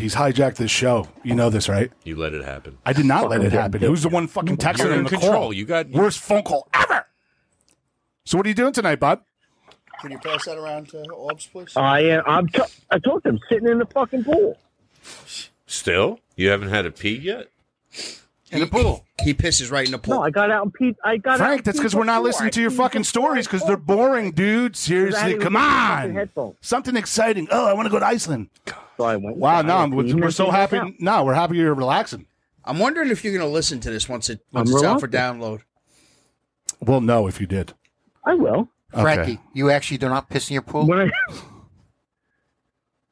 He's hijacked this show. You know this, right? You let it happen. I did not let it happen. Who's the one fucking texting You're in him the control. call? You got- worst phone call ever. So what are you doing tonight, bud? can you pass that around to Orbs, please? I am. I'm t- I told them sitting in the fucking pool. Still? You haven't had a pee yet? in the pool. He pisses right in the pool. No, I got out and peed. I got out Frank, and that's peed because we're not before. listening to I your peed fucking before. stories because they're boring, dude. Exactly, Seriously, with come the fucking on. headphones. Something exciting. Oh, I want to go to Iceland. So I went. Wow, no, I I'm- peed and we're I so peed happy. back out. No, we're happy you're relaxing. I'm wondering if you're going to listen to this once it once I'm it's out for download. Well, no, if you did. I will. Frankie, you actually do not piss in your pool?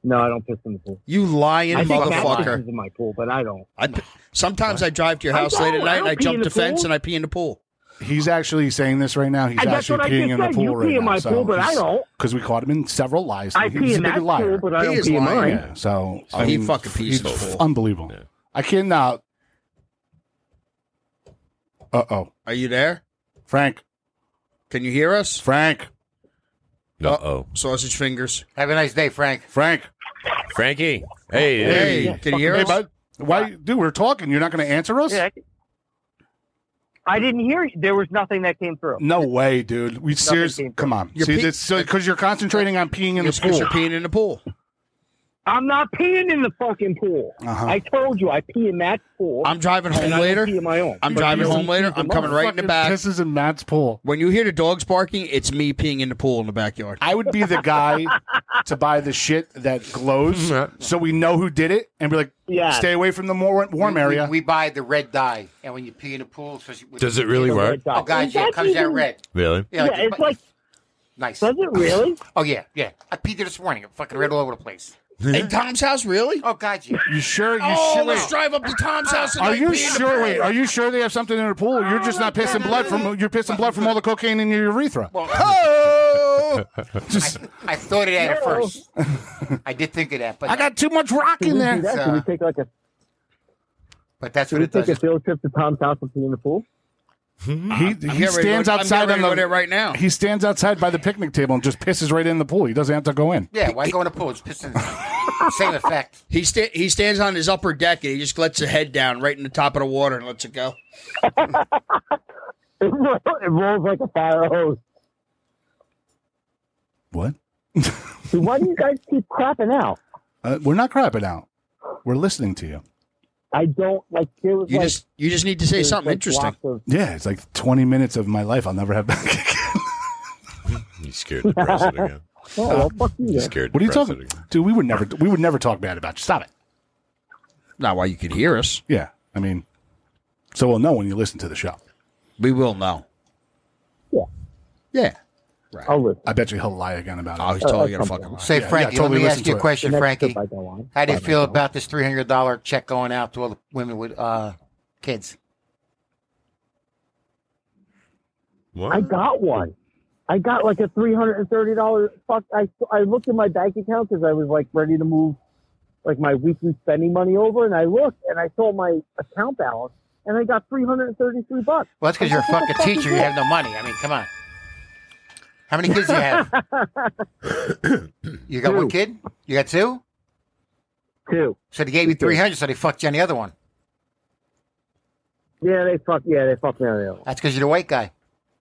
No, I don't piss in the pool. You lying I think Matt motherfucker! pisses in my pool, but I don't. I, sometimes I drive to your I house late don't. at I night and don't I pee in jump the the fence pool. and I pee in the pool. He's actually saying this right now. He's And that's actually what I peeing just in the said. pool You right pee in now. my pool, but I don't. Because we caught him in several lies. I He- pee he's in a big that liar. pool, but I He don't is pee in lying. mine. Yeah, so I He mean, fucking he's pees in the pool. Unbelievable. I cannot. Uh oh, Are you there, Frank? Can you hear us, Frank? Uh oh. Sausage fingers. Have a nice day, Frank. Frank. Frankie. Hey. Oh, Hey, can you hear hey, us? bud. Why, dude? We're talking. You're not going to answer us? Yeah, I, I didn't hear you. There was nothing that came through. No way, dude. We seriously. Come on. You're See, pe- this because you're concentrating on peeing in the It's 'cause pool. you're peeing in the pool. I'm not peeing in the fucking pool. Uh-huh. I told you I pee in Matt's pool. I'm driving home and I don't later. pee in my own. I'm But driving he home pees later. in I'm mine. coming right in the back. This is in Matt's pool. When you hear the dogs barking, it's me peeing in the pool in the backyard. I would be the guy to buy the shit that glows, so we know who did it, and be like, Yeah. stay away from the more warm We- we- area. We, buy the red dye, and when you pee in the pool, especially with- Does it really work? Oh God, Is yeah, that it comes out even- red. Really? Yeah, like- it's like Nice. Does it really? Oh yeah, yeah. I peed there this morning. I'm fucking red all over the place. Hey, Tom's house, really? Oh God, yeah. you sure? You oh, sure? let's wait. drive up to Tom's house. And Are I you pee in the sure? pool. Wait, are you sure they have something in the pool? You're just not pissing blood from you're pissing blood from all the cocaine in your urethra. Oh! Just- I thought of that at No. first. I did think of that, but I got too much rock Can in we there. do that? Can we take like a But that's Should what we it take does. a field trip to Tom's house and pee in the pool? He, I'm he getting ready to stands go- I'm outside getting on ready to go the there right now. He stands outside by the picnic table and just pisses right in the pool. He doesn't have to go in. Yeah, why go in the pool? It's pissing. Same effect. He sta- he stands on his upper deck and he just lets the head down right in the top of the water and lets it go. It, ro- it rolls like a fire hose. What? Dude, Why do you guys keep crapping out? Uh, we're not crapping out. We're listening to you. I don't like. There was You like, just you just need to say there's, something like, interesting. blocks of- Yeah, it's like 20 minutes of my life I'll never have back. You scared the president again. Oh, well, fuck you. You then. scared What are the you talking? president. Dude, we would never we would never talk bad about you. Stop it. Not why you could hear us. Yeah. I mean so we'll know when you listen to the show. We will know. Yeah. Yeah. I'll listen. I bet you he'll lie again about it. Oh, he's totally gonna fucking lie. Say, Yeah, Frankie, yeah, totally let me listen ask to you a it. question, The next Frankie. trip I go on. How do you Bye, feel Matt. about this three hundred dollar check going out to all the women with uh, kids? What? I got one. I got like a three hundred and thirty dollars. Fuck! I I looked at my bank account because I was like ready to move, like my weekly spending money over, and I looked and I saw my account balance, and I got three hundred and thirty three bucks. Well, that's because you're a What fucking the fuck is teacher. You that? have no money. I mean, come on. How many kids do you have? you got one Two. kid? You got two? Two. So they gave you three hundred. So they fucked you on the other one. Yeah, they fuck. Yeah, they fucked me on the other one. That's because you're the white guy.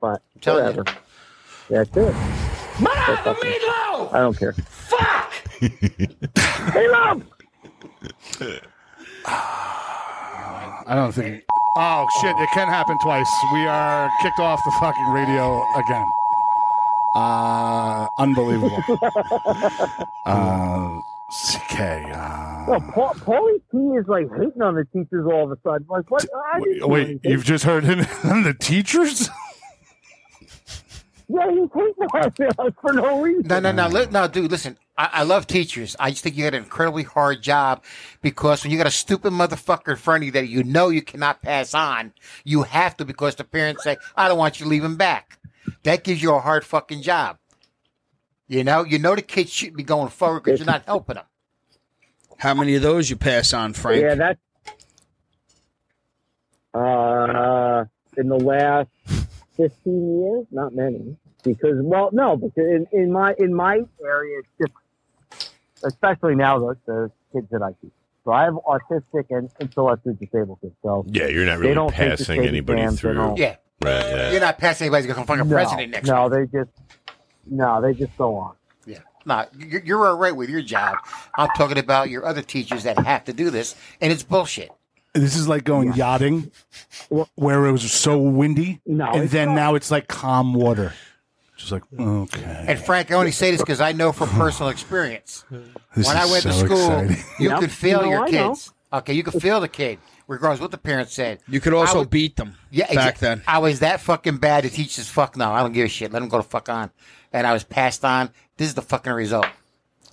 But telling you. whatever. That's it. They fucked me. I don't care. Fuck. hey, love. I don't think Oh shit, it can happen twice. We are kicked off the fucking radio again. Uh unbelievable. uh CK. Uh, Well, Paul, Paulie P is like hating on the teachers all of a sudden. Like, what? I didn't do wait, anything. you've just heard him and the teachers? Yeah, he's hating on us for no reason. No, no, no, li- no, dude. Listen, I, I love teachers. I just think you had an incredibly hard job because when you got a stupid motherfucker in front of you that you know you cannot pass on, you have to because the parents say, "I don't want you to leave him back." That gives you a hard fucking job. You know, you know the kids shouldn't be going forward because you're not helping them. How many of those you pass on, Frank? Yeah, that's uh, in the last fifteen years, not many. Because well, no, because in, in my in my area, it's different. Especially now, the, the kids that I teach. So I have autistic and intellectually disabled kids. So Yeah, you're not They really don't take the passing state anybody exams, they through. don't- Yeah, Right, yeah. you're not passing anybody's going to fucking no, president next. no, they just no, they just go on. Yeah, nah, you're, you're all right with your job. I'm talking about your other teachers that have to do this, and it's bullshit. This is like going yachting, where it was so windy, No, and it's then not. now it's like calm water. Just like okay, And Frank, I only say this because I know from personal experience. This when I is went to so school, exciting. you Yep. could feel No, your I know. kids. Okay, you could feel the kid, regardless of what the parents said. You could also I would- beat them. Yeah, back exa- then. I was that fucking bad to teach this fuck. No, I don't give a shit. Let them go to fuck on. And I was passed on. This is the fucking result.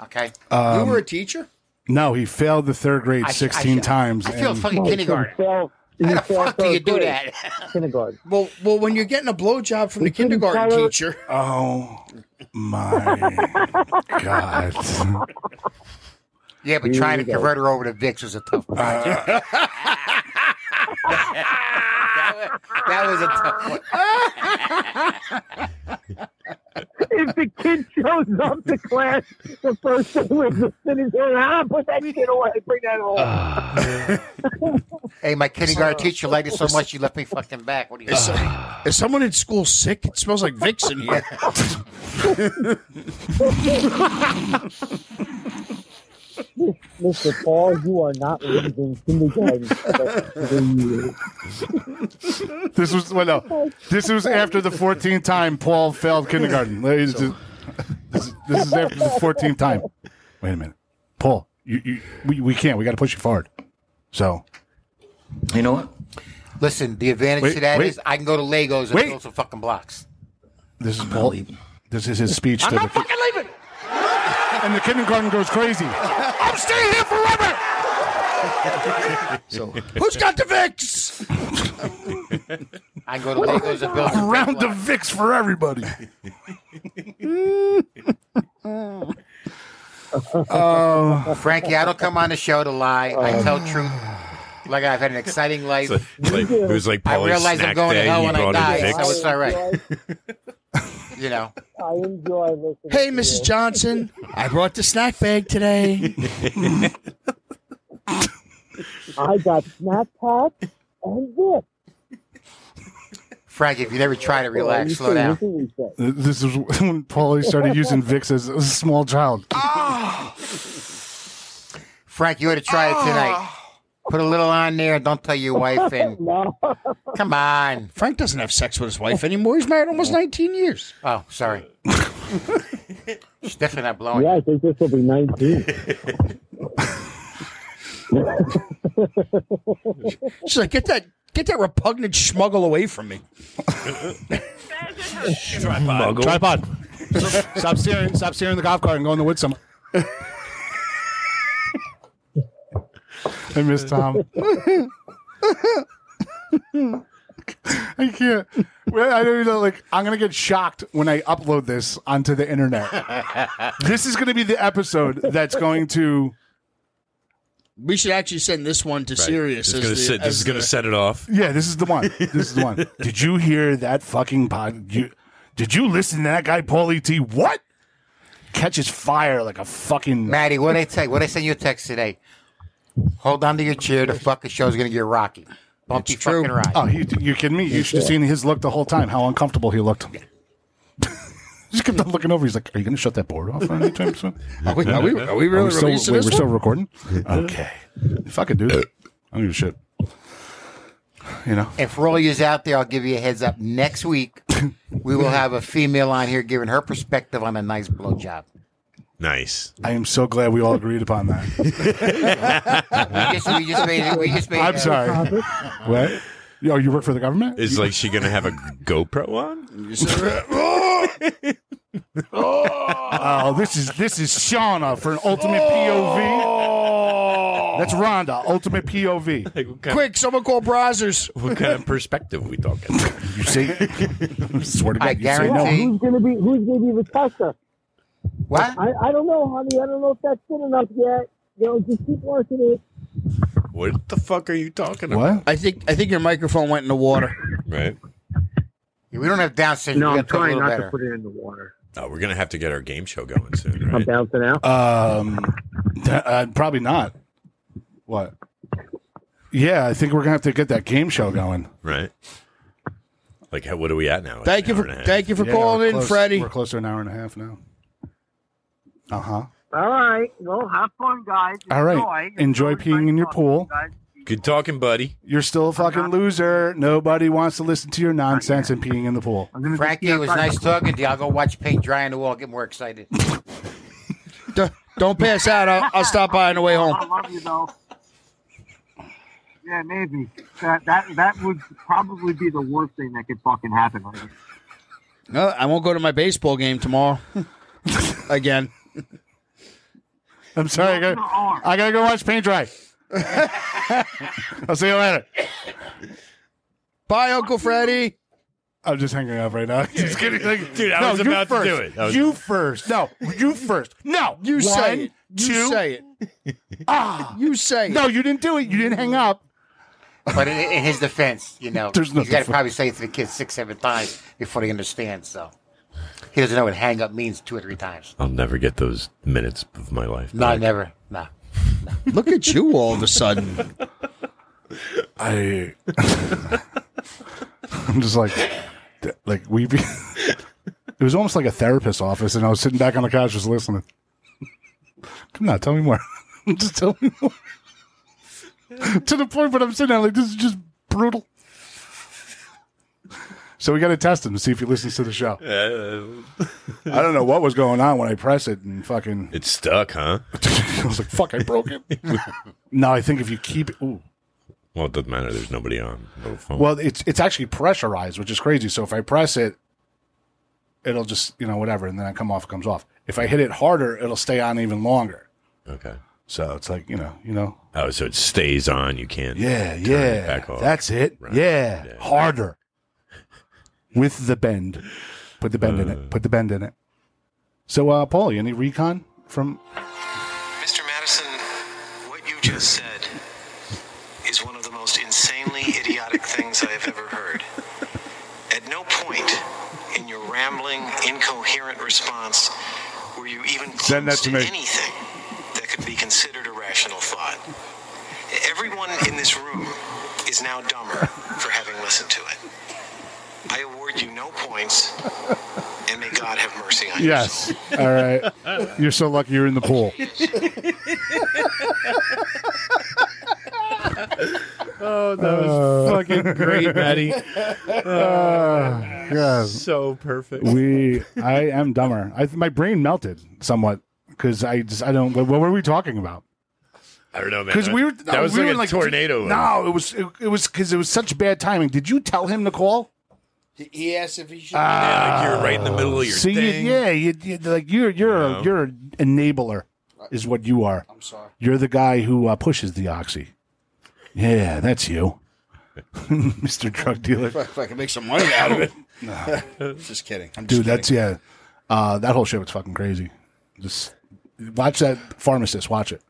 Okay, Um, teacher. no, he failed the third grade I- I- sixteen I- times. I feel and- fucking kindergarten. How the fuck do you do that? kindergarten. Well, well, when you're getting a blowjob from the kindergarten teacher. Oh my god! Yeah, but Here trying we to go. convert her over to Vix was a tough project. that, was, that was a tough one. if the kid shows up to class, the first thing we're going to do is, ah, put that kid away, bring that away. Hey, my kindergarten teacher liked it so much she left me fucking back. What do you Is, say? is someone in school sick? It smells like Vixen here. Mr. Paul, you are not leaving kindergarten. for the rest of the year. This was well, no, this was after the fourteenth time Paul failed kindergarten. Ladies, this, this- this is after the fourteenth time. Wait a minute, Paul, you, you we, we can't. We got to push you forward. So, you know what? Listen, the advantage Wait, to that is wait. I can go to Legos and Wait. build some fucking blocks. This is Paul. This is his speech to the fucking leaving. and the kindergarten goes crazy. I'm staying here forever. so, who's got the Vicks? I can go to Legos and build some Round of Vicks for everybody. Oh, Um, Frankie, I don't come on the show to lie. I tell Uh. truth. Like I've had an exciting life. like- it was like I Paulie's realize I'm snack going day, to hell he when I brought in die, Vicks. so it's all right. you know. I enjoy listening. Hey, to Mrs. you. Johnson, I brought the snack bag today. I got snack pack and this. Frankie, if you never try to Oh, relax, you slow see, you down. see, you see. This is when Paulie started using Vicks as a small child. Frank, you ought to try it tonight. Oh. Put a little on there. Don't tell your wife. And come on. Frank doesn't have sex with his wife anymore. He's married almost 19 years. Oh, sorry. She's definitely not blowing. Yeah, I think this will be 19. She's like, get that, get that repugnant schmuggle away from me. Tripod. Tripod. stop steering. Stop steering the golf cart and go in the woods somewhere. I miss Tom. I can't. Well, I don't even know. Like, I'm gonna get shocked when I upload this onto the internet. this is gonna be the episode that's going to. We should actually send this one to Sirius. This as is gonna, the- sit, as this is gonna the- set it off. Yeah, this is the one. This is the one. Did you hear that fucking pod? You, did you listen to that guy, Paulie T? What? Catches fire like a fucking. Maddie, what I say? What I send you a text today? Hold on to your chair. The fucking show's gonna get rocky. Bumpy fucking ride. Oh, you, you're kidding me? You should have seen his look the whole time. How uncomfortable he looked. Just kept on looking over. He's like, "Are you going to shut that board off anytime soon?" Uh, Are we- are we- are we really still, releasing wait, We're this still one? recording. Okay. If I could do that, I don't give a shit. You know. And for all yous out there, I'll give you a heads up. Next week, we will have a female on here giving her perspective on a nice blowjob. Nice. I am so glad we all agreed upon that. We just, we just made it. We just made. I'm it. sorry. what? Yo, you work for the government? Is like she gonna have a GoPro on? Oh, this is this is Shauna for an ultimate POV. That's Rhonda, ultimate POV. Quick, someone call Brazzers. what kind of perspective are we talking? You see, swear to God, I you say no. Yeah, who's gonna be who's gonna be the tester? What? I, I don't know, honey. I don't know if that's good enough yet. You know, just keep working it. What the fuck are you talking about? I think I think your microphone went in the water. Right. Yeah, we don't have down syndrome. No, we I'm gotta talk a trying little not better. to put it in the water. Oh, we're gonna have to get our game show going soon, right? I'm bouncing out. Um, th- uh, probably not. What? Yeah, I think we're gonna have to get that game show going. Right. Like, how, what are we at now? Thank An you hour for- and a half? thank you for Yeah, calling we're in, close. Freddie. We're close to an hour and a half now. Uh-huh. Uh huh. All right. Well, have fun, guys. All right. Enjoy. Enjoy peeing in your pool. Guys, be Good talking, buddy. You're still a fucking loser. Nobody wants to listen to your nonsense and peeing in the pool. Frankie, it was nice talking to you. I'll go watch paint dry on the wall, get more excited. Don't pass out. I'll, I'll stop by on the way home. I love you though. Yeah, maybe that that that would probably be the worst thing that could fucking happen. Right now. No, I won't go to my baseball game tomorrow again. I'm sorry. I gotta, I gotta go watch paint dry. I'll see you later. Bye, Uncle Freddy. I'm just hanging up right now. Just kidding. Like, Dude, I was you about to first. do it. I was- You first. No, you first. No, You say One, it. You two. say it. Ah, you say. No, you didn't do it. You didn't hang up. But in, in his defense, you know, There's no he's got to defense. probably say it to the kids six, seven times before they understand. So he doesn't know what hang up means two or three times. I'll never get those minutes of my life. No, back. never. No. Look at you all of a sudden. I. I'm just like, th- like we. Be, it was almost like a therapist's office, and I was sitting back on the couch just listening. Come on, tell me more. just tell me more. to the point, but I'm sitting there like this is just brutal. So we got to test him to see if he listens to the show. Uh, I don't know what was going on when I pressed it and fucking. It's stuck, huh? I was like, "Fuck, I broke it." no, I think if you keep it, ooh, Well, it doesn't matter. There's nobody on. No phone. Well, it's it's actually pressurized, which is crazy. So if I press it, it'll just you know whatever, and then I come off, it comes off. If I hit it harder, it'll stay on even longer. okay. So it's like you know, you know, Oh, so it stays on. You can't. yeah, turn yeah, back off. that's it, Right. yeah. harder with the bend. Put the bend in Uh. it. Put the bend in it. So, uh, Paul, you any recon from? Mr. Madison, what you just said is one of the most insanely idiotic things I have ever heard. At no point in your rambling, incoherent response were you even close Send that to to me. anything that could be considered a rational thought. Everyone in this room is now dumber for having listened to it. I award you no points, and may God have mercy on you. Yes. All right. You're so lucky you're in the pool. Oh, that Uh, was fucking great, Maddie. Uh, God. So perfect. we i am dumber i my brain melted somewhat because i just i don't what were we talking about I don't know, man. because we were that was we like were a tornado. no it was it, it was because it was such bad timing did you tell him to call He asked if he should. Uh, Yeah, like you were right in the middle of your See, you- thing. yeah you, you- like you're you're a know? you're an enabler is what you are i'm sorry you're the guy who uh, pushes the oxy yeah that's you mr drug dealer If I, if I can make some money out of it. just kidding. I'm Dude, just that's yeah. Uh, that whole shit was fucking crazy. Just watch that pharmacist. Watch it.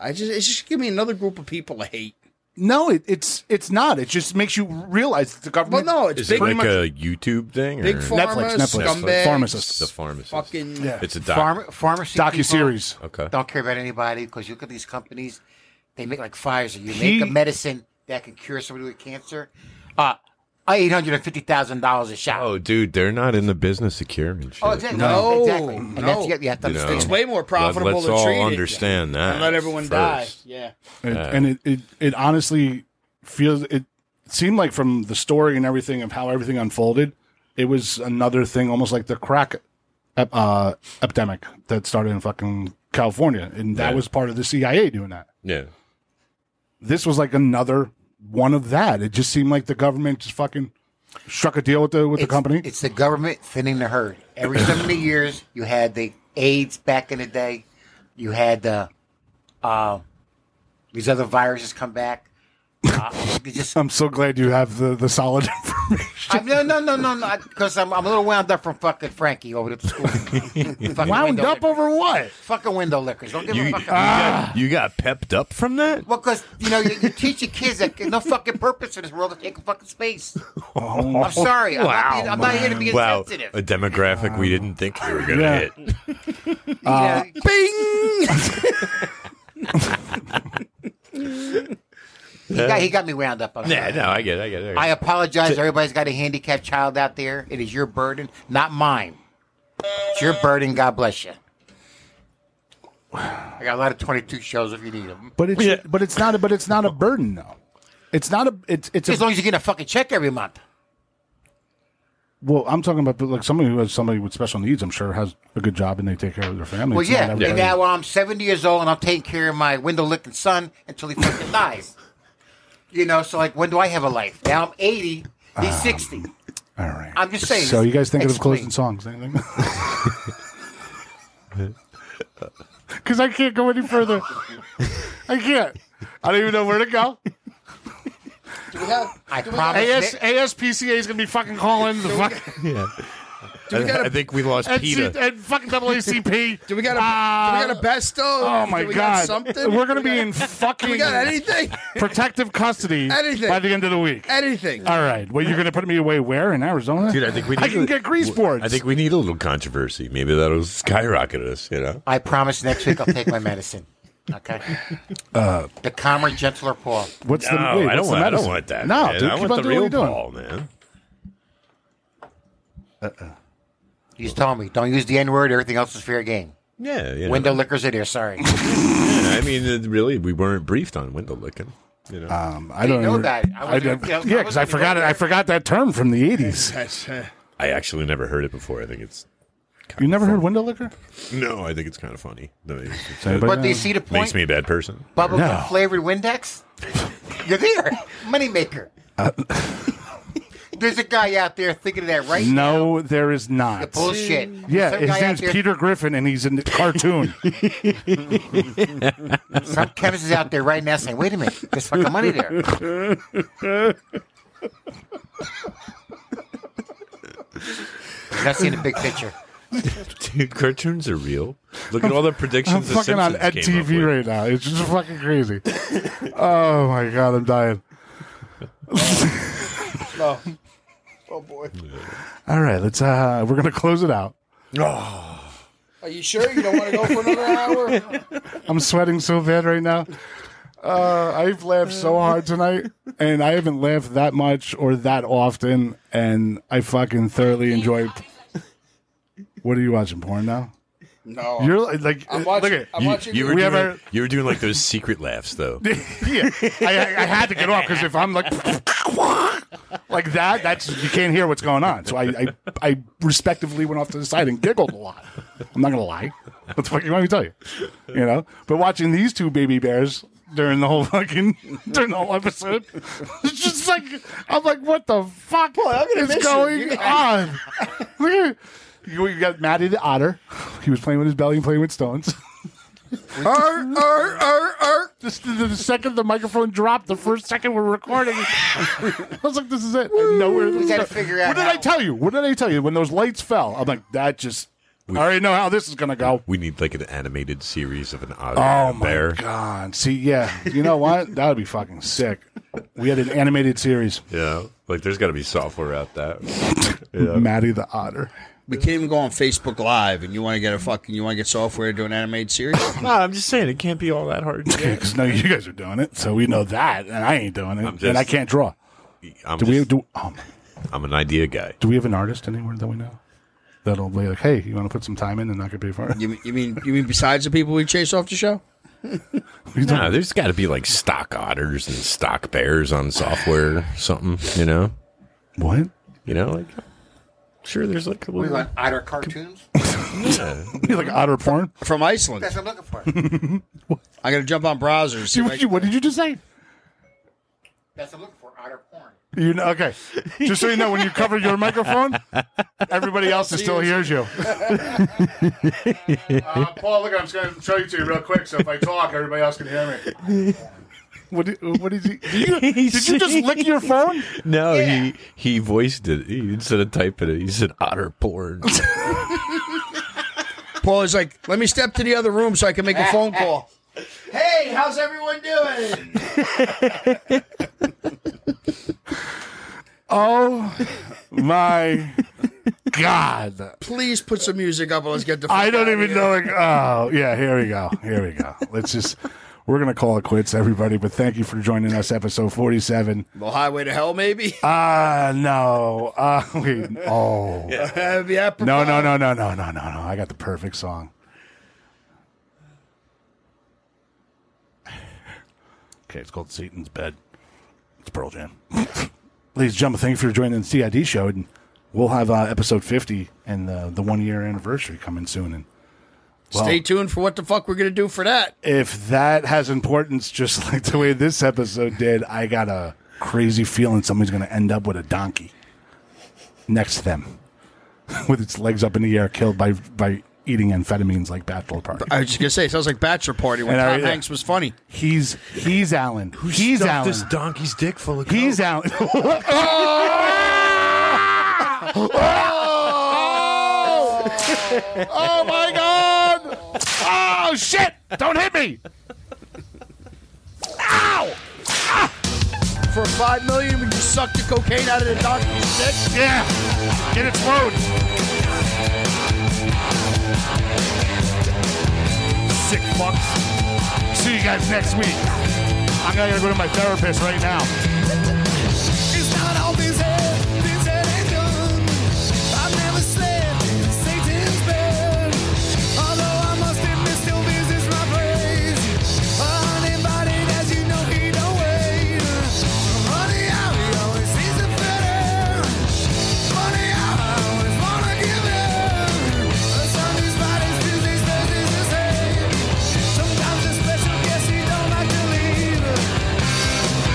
I just it's just give me another group of people I hate. No, it, it's it's not. It just makes you realize the government. Well, no, it's Is big- it like pretty much- a YouTube thing? Or? Big Netflix, pharma, Netflix. scumbags, Pharmacist. The pharmacist. Fucking Yeah. It's a doc. Pharma- pharmacy Docu-series. people Okay. Don't care about anybody because you look at these companies, they make like fires. You He- make a medicine that can cure somebody with cancer. Uh, eight hundred and fifty thousand dollars a shot. Oh, dude, they're not in the business of curing shit. Oh, exactly. No, exactly. And no. that's you have to You know, understand. It's way more profitable Let's to all treat it. understand that. and let everyone die. Yeah. And, Yeah. and it, it it honestly feels it seemed like from the story and everything of how everything unfolded, it was another thing, almost like the crack ep- uh, epidemic that started in fucking California, and that Yeah. was part of the CIA doing that. Yeah. this was like another one of that. It just seemed like the government just fucking struck a deal with the with the It's- company. It's the government thinning the herd. Every so many years, you had the AIDS back in the day. You had the uh, these other viruses come back. Uh, they just I'm so glad you have the the solid information. I, no, no, no, no, no. Because I'm, I'm a little wound up from fucking Frankie over at the school. Fucking Wound window up over what? Fucking window lickers. Don't give You, a you, fuck. got, you got pepped up from that? Well, because you know you, you teach your kids that no fucking purpose in this world to take a fucking space. Oh. I'm sorry. I'm, not, being, I'm not here to be wow. insensitive. A demographic we didn't think we were going to Yeah. hit. Uh, He, got, he got me wound up. I'm Yeah, sorry. no, I get it. I get it. I apologize. Everybody's got a handicapped child out there. It is your burden, not mine. It's your burden. God bless you. I got a lot of 22 shows if you need them. But it's but it's not a, but it's not a burden though. It's not a it's it's as a, long as you get a fucking check every month. well. I'm talking about but like somebody who has somebody with special needs. I'm sure has a good job and they take care of their family. well, It's not yeah. everybody- And now when I'm 70 years old and I'm taking care of my window licking son until he fucking dies. You know, so like, when do I have a life? Now I'm 80. He's 60. All right. I'm just saying. So you guys thinking of Explain. closing songs? Anything? Because I can't go any further. I can't. I don't even know where to go. Do we have? I do we have- AS, ASPCA is gonna be fucking calling the fuck. Yeah. Do we I, gotta- I think we lost and PETA. see- and fucking WACP. Do we got a? uh, do we got a best of? Oh my do we god! Got something? We're gonna Do we be got- in fucking. Do we got anything? Protective custody. Anything. by the end of the week. Anything? All right. Well, you're gonna put me away where in Arizona? Dude, I think we need I can a- get grease boards. I think we need a little controversy. Maybe that'll skyrocket us, you know? I promise next week I'll take my medicine. Okay. Uh, the calmer, gentler Paul. What's the? No, wait, I don't what's the want- I don't medicine? want that, No, man. dude, I keep want on the doing what real you're doing. Paul, man. He's telling me, don't use the N word. Everything else is fair game. Yeah, you know. Window lickers in here. Sorry. Yeah, I mean, it really, we weren't briefed on window licking. You know? Um, I Didn't don't know even- that. I I wasn't- don't- yeah, I yeah, because I wasn't forgot it. I forgot that term from the '80s. I actually never heard it before. I think it's You never heard window liquor? no. I think it's kind of funny. That makes- anybody But do you know? see the point? Makes me a bad person. Bubblegum No. flavored Windex? You're there. Moneymaker. Uh, There's a guy out there thinking of that right now. no, there is not. The bullshit. Yeah, Some guy his out name's there- Peter Griffin, and he's in the cartoon. Some chemist is out there right now saying, wait a minute, there's fucking money there. You're not seeing the big picture. Dude, cartoons are real. Look at all the predictions. I'm the fucking on Simpsons came up TV with. right now. It's just fucking crazy. oh my god, I'm dying. No. Oh boy. All right, let's. uh We're gonna close it out. Are you sure you don't want to go for another hour? I'm sweating so bad right now. Uh, I've laughed so hard tonight, and I haven't laughed that much or that often, and I fucking thoroughly enjoy. What are you watching porn now? No. You're like, like uh, I'm watching- look at I'm watching- You were, we doing, have our, you were doing like those secret laughs, though. yeah. I, I I had to get off because if I'm like like that, that's you can't hear what's going on. So I, I I respectively went off to the side and giggled a lot. I'm not gonna lie. What the fuck you want me to tell you? You know, but watching these two baby bears during the whole fucking during the whole episode, it's just like I'm like, what the fuck gonna is miss you. going You guys- on? Look at- you you got Matty the otter. He was playing with his belly and playing with stones. Arr, arr, arr, arr. Just the, the second the microphone dropped, the first second we're recording, I was like, "This is it." I know where this We gotta is going. figure out What did how- I tell you? What did I tell you? When those lights fell, I'm like, "That just." I already know how this is gonna go. We need like an animated series of an otter Oh and a my bear. god! See, yeah, you know what? That would be fucking sick. We had an animated series, Yeah, like there's got to be software out that. Yeah. Matty the Otter. We can't even go on Facebook Live, and you want to get a fucking, you want to get software to do an animated series? no, I'm just saying it can't be all that hard. Because no, you guys are doing it, so we know that, and I ain't doing it, I'm just- and I can't draw. I'm, do we just- do? Oh, my- I'm an idea guy. do we have an artist anywhere that we know that'll be like, "Hey, you want to put some time in and not get paid for it?" You, mean- you mean you mean besides the people we chased off the show? No, there's got to be like stock otters and stock bears on software, or something. You know, What? you know, like sure, there's like a We little. want otter cartoons. Yeah. You like otter porn? From Iceland. That's what I'm looking for. I got to jump on browsers. see You- if I- you- what did you just say? That's what I'm looking for. Otter porn. You know, okay. Just so you know, when you cover your microphone, everybody else is still hears you. uh, Paul, look, I'm just going to show you to you real quick. So if I talk, everybody else can hear me. What did, what did you, did you? Did you just lick your phone? No, he he voiced it he, instead of typing it. He said otter porn. Paul is like, let me step to the other room so I can make a phone call. Hey, how's everyone doing? Oh my God! Please put some music up and let's get the. I fuck don't outta even here. know. Like, oh yeah, here we go. Here we go. Let's just. We're gonna call it quits, everybody. But thank you for joining us, episode forty-seven. The highway to hell, maybe. Ah, no. Uh, wait. Oh. yeah. No, no, no, no, no, no, no, no. I got the perfect song. Okay, it's called Satan's Bed. It's Pearl Jam. Ladies and gentlemen, thank you for joining the CID show. And we'll have uh, episode 50 and uh, the one year anniversary coming soon. And well, Stay tuned for what the fuck we're gonna do for that. if that has importance, just like the way this episode did, I got a crazy feeling somebody's going to end up with a donkey next to them with its legs up in the air, killed by, by eating amphetamines like Bachelor Party. I was just gonna say, it sounds like bachelor party when And I- Tom Hanks was funny. He's he's Alan. he's stuffed Alan. this donkey's dick full of. He's Alan. Oh! oh my god! Oh shit! Don't hit me! For five million, would you suck the cocaine out of the donkey's dick? Yeah, get it flowed. Sick fucks. See you guys next week. I'm gonna go to my therapist right now. It's not all these head, these head ain't done. I've never slept in Satan's bed. Although I must admit, still visits my praise. Uninvited, as you know, he don't wait. Honey, I always sees it better. Honey, I always wanna give in. Sundays, Fridays, Tuesdays, Thursdays, the same. Sometimes a special guest, he don't like to leave.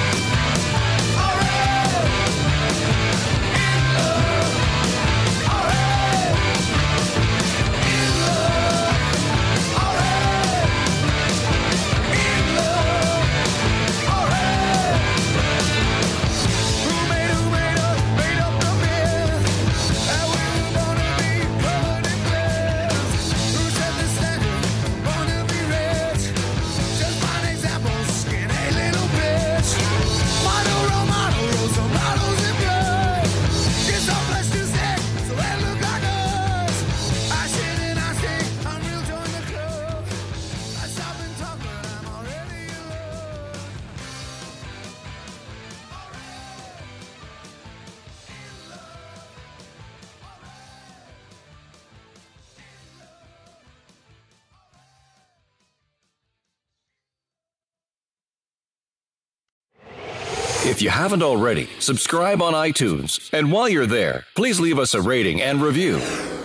If you haven't already, subscribe on iTunes. And while you're there, please leave us a rating and review.